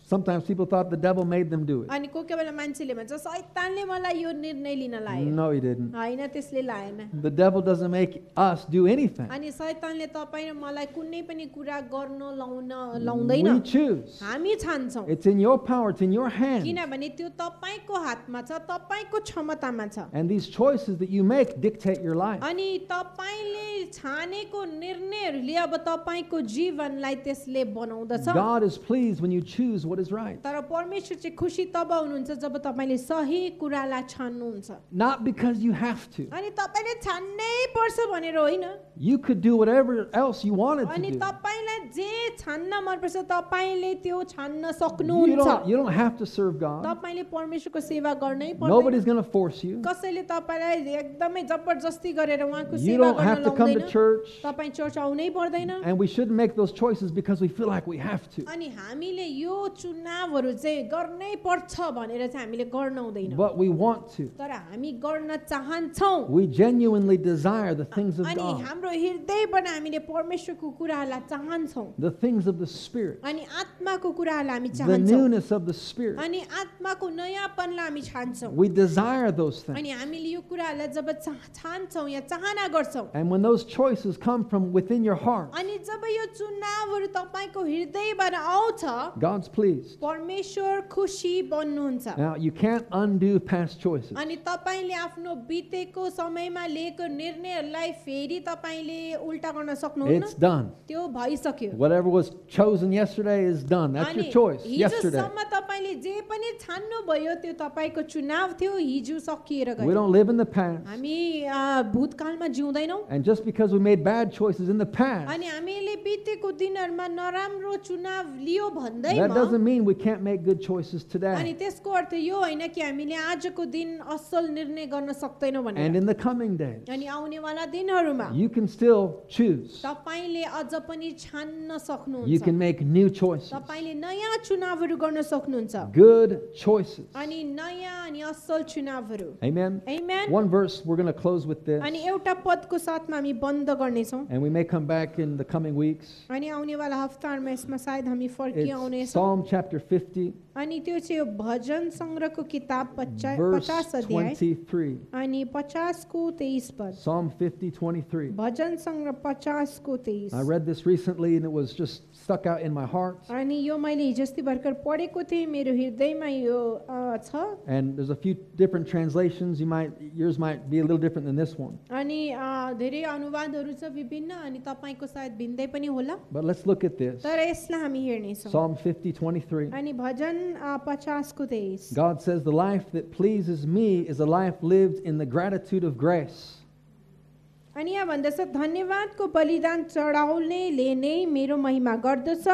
B: Sometimes, sometimes people thought the devil made them do it.
A: अनि कोही कोही बेला मान्छेले भन्छ शैतानले मलाई यो निर्णय लिन लायो
B: No, he didn't.
A: होइन त्यसले लाएन
B: The devil doesn't make us do anything.
A: अनि शैतानले तपाईँ र मलाई कुनै पनि कुरा गर्न लाउन लाउँदैन
B: We choose.
A: हामी छान्छौँ
B: It's in your power, it's in your hand.
A: किनभने त्यो तपाईँको हातमा छ तपाईँको क्षमतामा छ
B: And these choices that you make dictate your life.
A: अनि तपाईँले छानेको निर्णयहरूले अब तपाईँको जीवनलाई त्यसले बनाउँदछ
B: God is pleased when you choose what is right.
A: तर परमेश्वर चाहिँ खुसी तब हुनुहुन्छ जब तपाईँले सही कुरालाई छान्नुहुन्छ
B: Not because you have to.
A: अनि तपाईँले छान्नै पर्छ भनेर होइन
B: You could do whatever else you wanted
A: अनि
B: to do.
A: तपाईँलाई जे छान्न मनपर्छ तपाईँले त्यो छान्न
B: You
A: सक्नुहुन्छ
B: don't, you don't have to serve God.
A: तपाईँले परमेश्वरको सेवा गर्नै पर्दैन
B: Nobody's going to force you.
A: कसैले तपाईँलाई एकदमै जबरजस्ती गरेर उहाँको सेवा
B: You don't
A: गर्न
B: have to come to
A: लाउँदैन
B: church.
A: तपाईँ चर्च आउनै पर्दैन
B: And we shouldn't make those choices because we feel like we have to.
A: अनि हामीले यो चुनावहरू चाहिँ गर्नै पर्छ भनेर चाहिँ हामीले गर्न हुँदैन
B: But we want to.
A: तर हामी गर्न चाहन्छौँ
B: We genuinely desire the things of
A: अनि
B: God,
A: हाम्रो हृदयबाट हामीले परमेश्वरको कुराहरूलाई चाहन्छौँ
B: the things of the Spirit,
A: अनि आत्माको कुराहरूलाई हामी
B: the
A: चाहन्छौँ
B: newness of the Spirit.
A: अनि आत्माको नयाँपनलाई हामी छान्छौँ
B: We desire those
A: अनि
B: things.
A: हामीले यो कुराहरूलाई जब चा- छान्छौँ या चाहना गर्छौँ
B: And when those choices come from within your heart,
A: अनि जब यो चुनावहरू तपाईँको हृदयबाट आउँछ
B: God's pleased.
A: परमेश्वर खुसी बन्नुहुन्छ
B: Now, you can't undo past choices.
A: अनि तपाईँले आफ्नो बितेको समयमा लिएको निर्णयहरूलाई फेरि तपाईँले उल्टा गर्न सक्नुहुन्न
B: It's done.
A: त्यो भइसक्यो
B: Whatever was chosen yesterday is done. That's
A: अनि
B: your choice. Yesterday.
A: हिजोसम्म तपाईँले जे पनि छान्नुभयो त्यो तपाईँको चुनाव थियो हिजो सकिएर
B: We
A: गयो
B: don't live in the past.
A: हामी अ, भूतकालमा जिउँदैनौँ
B: And just because we made bad choices in the past,
A: अनि हामीले बितेको दिनहरूमा नराम्रो चुनाव लियो
B: that
A: भन्दैमा
B: doesn't mean we can't make good choices
A: अनि
B: today
A: त्यसको अर्थ यो होइन कि हामीले आजको दिन असल निर्णय गर्न सक्दैनौँ
B: and
A: भनेर
B: in the coming days.
A: अनि आउनेवाला दिनहरूमा
B: You can still choose.
A: तपाईँले अझ पनि छान्न
B: You
A: सक्नुहुन्छ
B: can make new choices.
A: तपाईँले नयाँ चुनावहरू गर्न सक्नुहुन्छ
B: Good choices.
A: अनि नयाँ अनि असल चुनावहरू
B: Amen.
A: Amen.
B: One verse, we're going to close with this.
A: अनि एउटा पदको साथमा हामी बन्द गर्नेछौँ
B: And we may come back in the coming weeks.
A: अनि आउनेवाला हप्ताहरूमा यसमा सायद हामी
B: It's
A: फर्किआउनेछौँ
B: Psalm chapter 50,
A: अनि त्यो चाहिँ यो भजन सङ्ग्रहको किताब पचा
B: verse
A: पचास अध्याय
B: 23.
A: अनि पचासको तेइस पद
B: Psalm 50, 23.
A: भजन सङ्ग्रह पचासको तेइस
B: I read this recently and it was just stuck out in my heart.
A: अनि यो मैले हिजो अस्ति भर्खर पढेको थिएँ मेरो हृदयमा यो अ, छ
B: And there's a few different translations. You might yours might be a little different than this one.
A: अनि अ, धेरै अनुवादहरू छ विभिन्न अनि तपाईँको सायद भिन्दै पनि होला
B: But let's look at this.
A: तर यसलाई हामी हेर्नेछौँ
B: Psalm 50, 23.
A: अनि भजन अ, पचासको तेइस
B: God says, The life that pleases me is a life lived in the gratitude of grace.
A: अनि यहाँ भन्दछ धन्यवादको बलिदान चढाउनेले नै मेरो महिमा गर्दछ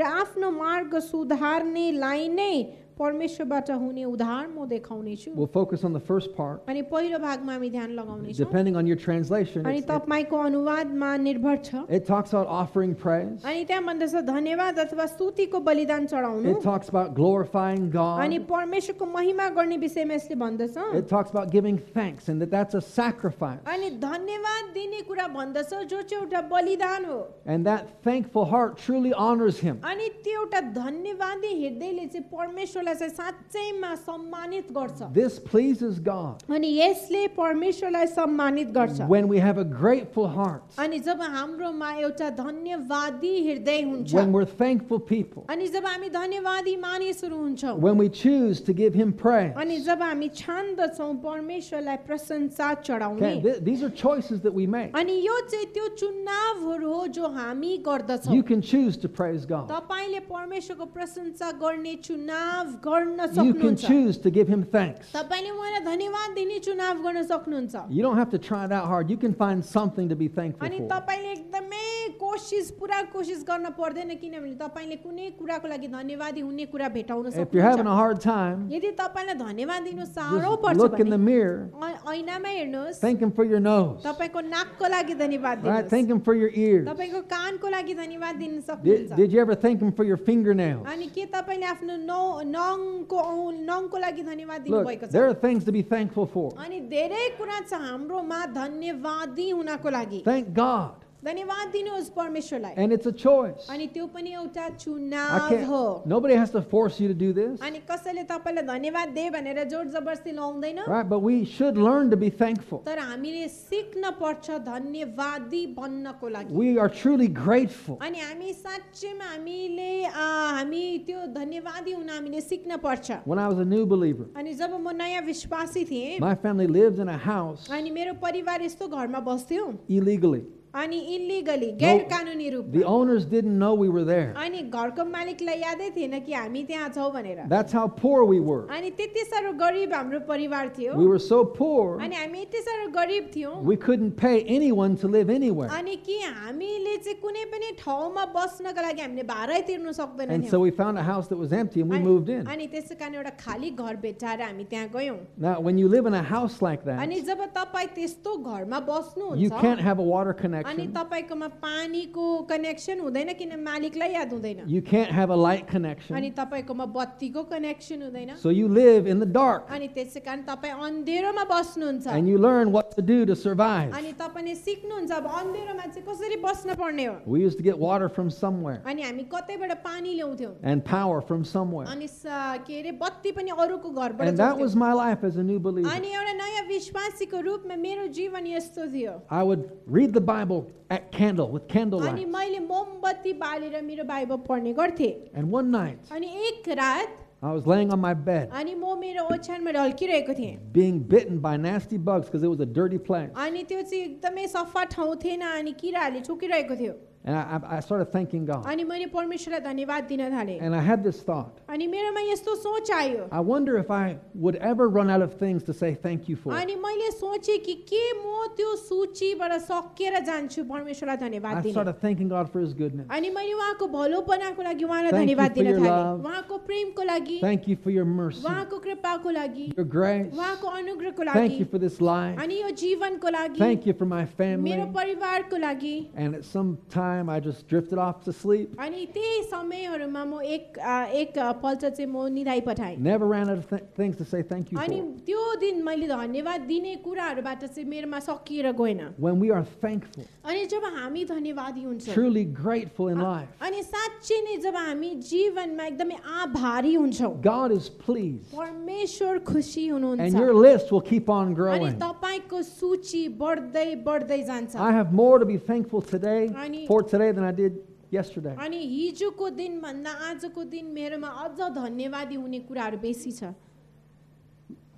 A: र आफ्नो मार्ग सुधार्नेलाई नै परमेश्वरबाट हुने उधार म देखाउनेछु
B: We'll focus on the first part.
A: अनि पहिलो भागमा हामी ध्यान लगाउनेछौँ
B: Depending on your translation,
A: अनि
B: it's- it,
A: तपाईँको अनुवादमा निर्भर छ
B: it talks about offering praise,
A: अनि त्यहाँ भन्दछ धन्यवाद अथवा स्तुतिको बलिदान चढाउनु
B: it talks about glorifying
A: अनि
B: God,
A: परमेश्वरको महिमा गर्ने विषयमा यसले भन्दछ
B: it talks about giving thanks, and that that's a sacrifice.
A: अनि धन्यवाद दिने कुरा भन्दछ जो चाहिँ एउटा बलिदान हो
B: And that thankful heart truly honors Him.
A: अनि त्यो एउटा धन्यवादी हृदयले चाहिँ परमेश्वरलाई परमेश्वरलाई चाहिँ साँच्चैमा सम्मानित गर्छ
B: This pleases God
A: अनि यसले परमेश्वरलाई सम्मानित गर्छ
B: when we have a grateful heart,
A: अनि जब हाम्रोमा एउटा धन्यवादी हृदय हुन्छ
B: when we're thankful people,
A: अनि जब हामी धन्यवादी मानिसहरू हुन्छौँ
B: when we choose to give Him praise.
A: अनि जब हामी छान्दछौँ परमेश्वरलाई प्रशंसा चढाउने
B: Okay, th- these are choices that we make.
A: अनि यो चाहिँ त्यो चुनावहरू हो जो हामी गर्दछौँ
B: You can choose to praise God.
A: तपाईँले परमेश्वरको प्रशंसा गर्ने चुनाव गर्न
B: You can
A: सक्नुहुन्छ
B: choose to give Him thanks.
A: तपाईँले उहाँलाई धन्यवाद दिने चुनाव गर्न सक्नुहुन्छ
B: You don't have to try it out hard. You can find something to be thankful
A: अनि
B: for.
A: तपाईँले एकदमै कोसिस पुरा कोसिस गर्न पर्दैन किनभने तपाईँले कुनै कुराको लागि धन्यवादी हुने कुरा भेटाउन
B: If you're having a
A: सक्नुहुन्छ
B: hard time,
A: यदि तपाईँलाई धन्यवाद दिनु साह्रो
B: just
A: पर्छ
B: look in the
A: भने
B: mirror.
A: ऐ- ऐनामा हेर्नुहोस्
B: Thank Him for your nose.
A: तपाईँको नाकको लागि धन्यवाद
B: Right?
A: दिनुहोस्
B: Thank Him for your ears.
A: तपाईँको कानको लागि धन्यवाद दिन
B: Did,
A: सक्नुहुन्छ
B: did you ever thank Him for your fingernails?
A: अनि के तपाईँले आफ्नो नौ नङको औ- नङको लागि धन्यवाद दिनुभएको
B: Look,
A: छ
B: there are things to be thankful for.
A: अनि धेरै कुरा छ हाम्रोमा धन्यवादी हुनको लागि
B: Thank God.
A: धन्यवाद दिनुहोस् परमेश्वरलाई
B: And it's a choice.
A: अनि त्यो पनि एउटा
B: I
A: चुनाव हो
B: can't, nobody has to force you to do this.
A: अनि कसैले तपाईँलाई धन्यवाद दे भनेर जोर जबरजस्ती लाउँदैन
B: Right? But we should learn to be thankful.
A: तर हामीले सिक्न पर्छ धन्यवादी बन्नको लागि
B: We are truly grateful.
A: अनि हामी साँच्चैमा हामीले आ, हामी त्यो धन्यवादी हुन हामीले सिक्न पर्छ
B: When I was a new believer,
A: अनि जब म नयाँ विश्वासी थिएँ
B: my family lived in a house
A: अनि मेरो परिवार यस्तो घरमा बस्थ्यो
B: illegally.
A: अनि इलिगली गैर कानुनी
B: The
A: रूपमा
B: owners didn't know we were there.
A: अनि घरको मालिकलाई यादै थिएन कि हामी त्यहाँ छौँ भनेर
B: That's how poor we were.
A: अनि त्यति साह्रो गरिब हाम्रो परिवार थियो
B: We were so poor,
A: अनि हामी यति साह्रो गरिब थियौँ
B: we couldn't pay anyone to live anywhere.
A: अनि कि हामीले चाहिँ कुनै पनि ठाउँमा बस्नको लागि हामीले भाडै तिर्नु
B: And so
A: सक्दैनौँ
B: we found a house that was empty and we moved
A: अनि
B: in.
A: अनि त्यसै कारण एउटा खाली घर भेटाएर हामी त्यहाँ गयौँ
B: Now, when you live in a house like that,
A: अनि जब तपाईँ त्यस्तो घरमा
B: you can't
A: बस्नुहुन्छ
B: have a water
A: अनि
B: connection.
A: तपाईँकोमा पानीको कनेक्सन हुँदैन किन मालिकलाई याद हुँदैन
B: You can't have a light
A: अनि
B: connection.
A: तपाईँकोमा बत्तीको कनेक्सन हुँदैन
B: So you live in the dark
A: अनि त्यसै कारण तपाईँ अन्धेरोमा बस्नुहुन्छ
B: and you learn what to do to survive.
A: अनि तपाईँले सिक्नुहुन्छ अब अन्धेरोमा चाहिँ कसरी बस्न पर्ने हो
B: We used to get water from somewhere
A: अनि हामी कतैबाट पानी ल्याउँथ्यौँ
B: and power from somewhere.
A: अनि स- के अरे बत्ती पनि अरूको घरबाट
B: And that
A: जोड्थ्यौँ।
B: was my life as a new believer.
A: अनि एउटा नयाँ विश्वासीको रूपमा मेरो जीवन यस्तो थियो
B: I would read the Bible at candle with
A: अनि
B: candlelight.
A: मैले मोमबत्ती बालेर मेरो बाइबल पढ्ने गर्थेँ
B: And one night,
A: अनि एक रात
B: I was laying on my bed
A: अनि म मेरो ओछ्यानमा ढल्किरहेको थिएँ
B: being bitten by nasty bugs because it was a dirty place.
A: अनि त्यो चाहिँ एकदमै सफा ठाउँ थिएन अनि किराहरूले ठोकिरहेको थियो
B: And I, I- I started thanking God.
A: अनि मैले परमेश्वरलाई धन्यवाद दिन थालेँ
B: And I had this thought
A: अनि मेरोमा यस्तो सोच आयो
B: I wonder if I would ever run out of things to say thank you for.
A: अनि मैले सोचेँ कि के म त्यो सूचीबाट सकिएर जान्छु परमेश्वरलाई धन्यवाद
B: I
A: दिन
B: started thanking God for His goodness.
A: अनि मैले उहाँको भलोपनाको लागि उहाँलाई
B: Thank you
A: धन्यवाद
B: for
A: दिन
B: your
A: थालेँ
B: love.
A: उहाँको प्रेमको लागि
B: Thank you for your mercy,
A: उहाँको कृपाको लागि
B: your grace.
A: उहाँको अनुग्रहको
B: Thank
A: लागि
B: you for this life.
A: अनि यो जीवनको लागि
B: Thank you for my
A: मेरो
B: family.
A: परिवारको लागि
B: And at some time, I just drifted off to sleep.
A: अनि त्यही समयहरूमा म एक आ, एक आ, पल्ट चाहिँ म निधाइ पठाएँ
B: Never ran out of th- things to say thank you
A: अनि
B: for.
A: त्यो दिन मैले धन्यवाद दिने कुराहरूबाट चाहिँ मेरोमा सकिएर गएन
B: When we are thankful,
A: अनि जब हामी धन्यवादी हुन्छौँ
B: truly grateful in life,
A: अनि साँच्चै नै जब हामी जीवनमा एकदमै आभारी हुन्छौँ
B: God is pleased.
A: परमेश्वर खुसी
B: And
A: हुनुहुन्छ
B: your list will keep on
A: अनि
B: growing.
A: तपाईँको सूची बढ्दै बढ्दै जान्छ
B: I have more to be thankful today
A: Ani-
B: for today than I did yesterday.
A: अनि हिजोको दिनभन्दा आजको दिन मेरोमा अझ धन्यवादी हुने कुराहरू बेसी छ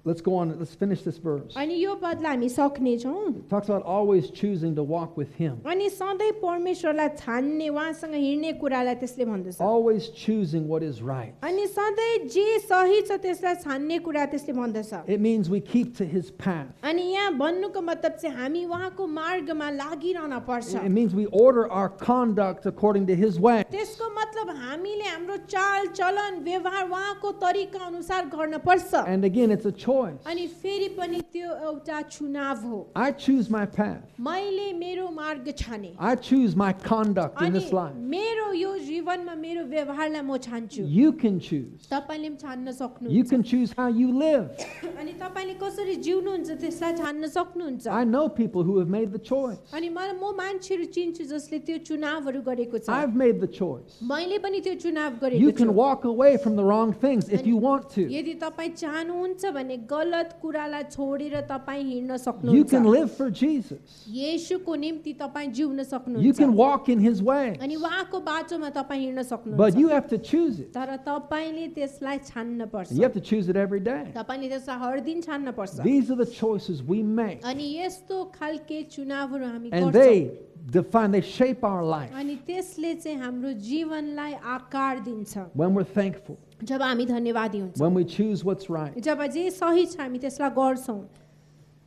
B: Let's go on. Let's finish this verse.
A: अनि यो बदला हामी सक्नेछौँ
B: It talks about always choosing to walk with Him,
A: अनि सधैँ परमेश्वरलाई छान्ने उहाँसँग हिँड्ने कुरालाई त्यसले भन्दछ
B: always choosing what is right.
A: अनि सधैँ जे सही छ त्यसलाई छान्ने कुरा त्यसले भन्दछ
B: It means we keep to His path.
A: अनि यहाँ भन्नुको मतलब चाहिँ हामी उहाँको मार्गमा लागिरहन पर्छ
B: It means we order our conduct according to His way.
A: त्यसको मतलब हामीले हाम्रो चाल चलन व्यवहार उहाँको तरिका अनुसार गर्न पर्छ
B: And again, it's a choice.
A: अनि फेरि पनि त्यो एउटा चुनाव हो
B: I choose my path.
A: मैले मेरो मार्ग छाने
B: I choose my conduct
A: अनि
B: in this life.
A: मेरो यो जीवनमा मेरो व्यवहारलाई म छान्छु
B: You can choose.
A: तपाईँले पनि छान्न
B: You
A: सक्नुहुन्छ
B: can choose how you live.
A: अनि तपाईँले कसरी जिउनुहुन्छ त्यसलाई छान्न सक्नुहुन्छ
B: I know people who have made the choice.
A: अनि मलाई म मान्छेहरू चिन्छु जसले त्यो चुनावहरू गरेको छ
B: I've made the choice.
A: मैले मैले पनि त्यो चुनाव
B: You
A: गरेको छु
B: can walk away from the wrong things if you want to.
A: यदि तपाईँ चाहनुहुन्छ भने गलत कुरालाई छोडेर तपाईँ हिँड्न
B: You can
A: सक्नुहुन्छ
B: live for Jesus.
A: येशूको निम्ति तपाईँ जिउन
B: You
A: सक्नुहुन्छ
B: can walk in his way.
A: अनि उहाँको बाटोमा तपाईँ हिँड्न
B: But you
A: सक्नुहुन्छ
B: have to choose it.
A: तर तपाईँले त्यसलाई छान्न पर्छ
B: And you have to choose it every day.
A: तपाईँले त्यसलाई हर दिन छान्न पर्छ
B: These are the choices we make.
A: अनि यस्तो खालके चुनावहरू हामी गर्छौँ
B: And they define, they shape our life
A: अनि त्यसले चाहिँ हाम्रो जीवनलाई आकार दिन्छ
B: when we're thankful,
A: जब हामी धन्यवादी हुन्छौँ
B: when we choose what's right.
A: जब जे सही छ हामी त्यसलाई गर्छौँ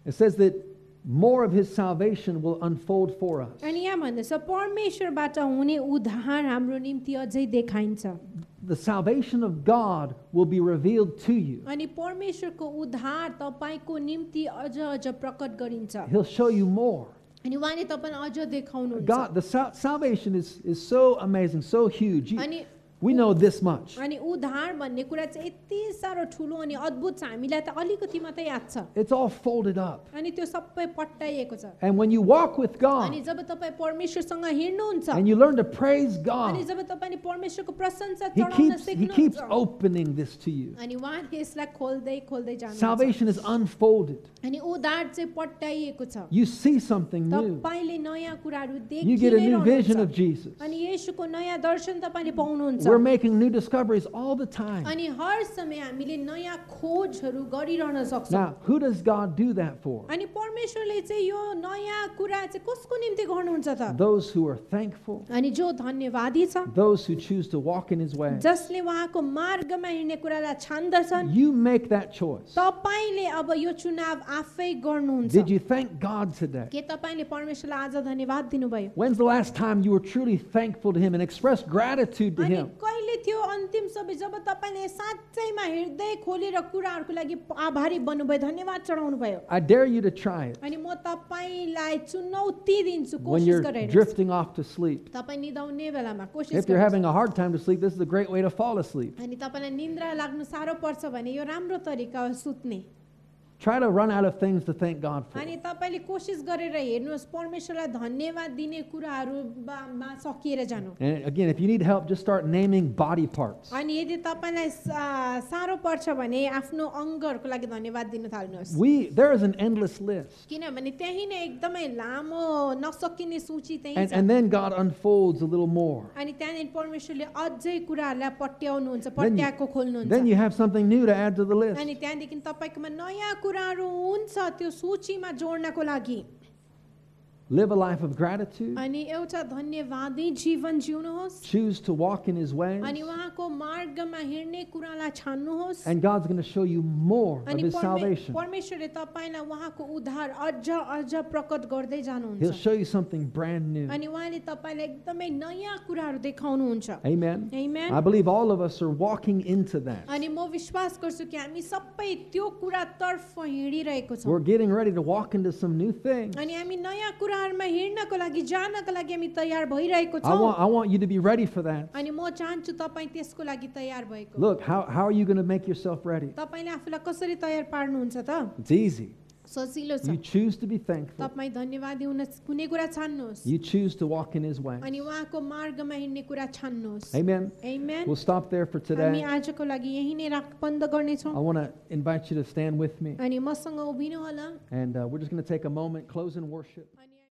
B: It says that more of his salvation will unfold for us.
A: अनि यहाँ भन्दैछ परमेश्वरबाट हुने उद्धार हाम्रो निम्ति अझै देखाइन्छ
B: The salvation of God will be revealed to you.
A: अनि परमेश्वरको उद्धार तपाईँको निम्ति अझ अझ प्रकट गरिन्छ
B: He'll show you more.
A: अनि उहाँले तपाईँ अझ देखाउनुहुन्छ
B: God, the sal- salvation is, is so amazing, so huge. You-
A: अनि
B: we know this much.
A: अनि उद्धार भन्ने कुरा चाहिँ यति साह्रो ठुलो अनि अद्भुत छ हामीलाई त अलिकति मात्रै याद छ
B: It's all folded up.
A: अनि त्यो सबै पट्टाइएको छ
B: And when you walk with
A: अनि
B: God
A: जब तपाईँ परमेश्वरसँग हिँड्नुहुन्छ
B: and you learn to praise
A: अनि
B: God,
A: जब तपाईँले परमेश्वरको प्रशंसा
B: He
A: चढाउन
B: keeps, he keeps oh।
A: सिक्नुहुन्छ
B: opening this to you.
A: अनि उहाँले यसलाई खोल्दै खोल्दै जानुहुन्छ
B: Salvation is unfolded.
A: अनि उद्धार चाहिँ पट्टाइएको छ
B: You see something new.
A: तपाईँले नयाँ कुराहरू देखि
B: You get a
A: नै
B: new vision of
A: रहनुहुन्छ।
B: Jesus.
A: अनि येशूको नयाँ दर्शन तपाईँले पाउनुहुन्छ
B: We're making new discoveries all the time.
A: अनि हर समय हामीले नयाँ खोजहरू गरिरहन सक्छौँ
B: Now, who does God do that for?
A: अनि परमेश्वरले चाहिँ यो नयाँ कुरा चाहिँ कसको निम्ति गर्नुहुन्छ त
B: Those who are thankful,
A: अनि जो धन्यवादी छ
B: those who choose to walk in His way.
A: जसले उहाँको मार्गमा हिँड्ने कुरालाई छान्दछन्
B: You make that choice.
A: तपाईँले अब यो चुनाव आफै गर्नुहुन्छ
B: Did you thank God today?
A: के तपाईँले परमेश्वरलाई आज धन्यवाद दिनुभयो
B: When's the last time you were truly thankful to Him and expressed gratitude to
A: अनि
B: Him?
A: कहिले थियो अन्तिम समय जब तपाईँले साँच्चैमा हृदय खोलेर कुराहरूको लागि आभारी बन्नुभयो धन्यवाद चढाउनु भयो
B: I dare you to try it
A: अनि म तपाईँलाई चुनौती दिन्छु
B: when
A: कोसिस
B: you're
A: गरेर
B: drifting off to sleep.
A: तपाईँ निदाउने बेलामा कोसिस
B: If you're
A: गर्नुहोस्।
B: having a hard time to sleep, this is a great way to fall asleep.
A: अनि तपाईँलाई निन्द्रा लाग्नु साह्रो पर्छ भने यो राम्रो तरिका हो सुत्ने
B: Try to run out of things to thank God for.
A: अनि तपाईँले कोसिस गरेर हेर्नुहोस् परमेश्वरलाई धन्यवाद दिने कुराहरूमा सकिएर जानु
B: And again, if you need help, just start naming body parts.
A: अनि यदि तपाईँलाई सा- साह्रो पर्छ भने आफ्नो अङ्गहरूको लागि धन्यवाद दिन थाल्नुहोस्
B: We there is an endless list.
A: किनभने त्यहीँ नै एकदमै लामो नसकिने सूची त्यहीँ
B: And
A: छ
B: and then God unfolds a little more.
A: अनि त्यहाँनिर परमेश्वरले अझै कुराहरूलाई पट्याउनुहुन्छ
B: Then
A: पट्याएको
B: you,
A: खोल्नुहुन्छ
B: then you have something new to add to the
A: अनि
B: list.
A: त्यहाँदेखि तपाईँकोमा नयाँ कुराहरू हुन्छ त्यो सूचीमा जोड्नको लागि
B: Live a life of gratitude.
A: अनि एउटा धन्यवादी जीवन जिउनुहोस्
B: Choose to walk in his ways.
A: अनि उहाँको मार्गमा हिँड्ने कुरालाई छान्नुहोस्
B: And God's going to show you more of
A: अनि
B: his
A: परमे-
B: salvation.
A: परमेश्वरले तपाईँलाई उहाँको उद्धार अझ अझ प्रकट गर्दै
B: He'll
A: जानुहुन्छ
B: show you something brand new.
A: अनि उहाँले तपाईँलाई एकदमै नयाँ कुराहरू देखाउनुहुन्छ
B: Amen.
A: Amen.
B: I believe all of us are walking into that.
A: अनि म विश्वास गर्छु कि हामी सबै त्यो कुरातर्फ हिँडिरहेको
B: We're
A: छौँ
B: getting ready to walk into some new things.
A: अनि हामी नयाँ कुराहरूमा हिँड्नको लागि जानको लागि हामी तयार भइरहेको
B: I want
A: छौँ
B: I want you to be ready for that.
A: अनि म चाहन्छु तपाईँ त्यसको लागि तयार भएको
B: Look, how, how are you going to make yourself ready?
A: तपाईँले आफूलाई कसरी तयार पार्नुहुन्छ त
B: It's easy.
A: सजिलो छ
B: You choose to be thankful.
A: तपाईँ धन्यवादी हुन कुनै कुरा छान्नुहोस्
B: You choose to walk in his way.
A: अनि उहाँको मार्गमा हिँड्ने कुरा छान्नुहोस्
B: Amen.
A: Amen.
B: We'll stop there for
A: हामी
B: today.
A: आजको लागि यही नै राख बन्द
B: I
A: गर्नेछौँ
B: want to invite you to stand with me,
A: अनि मसँग उभिनु होला
B: and uh, we're just going to take a moment, close in worship.
A: अनि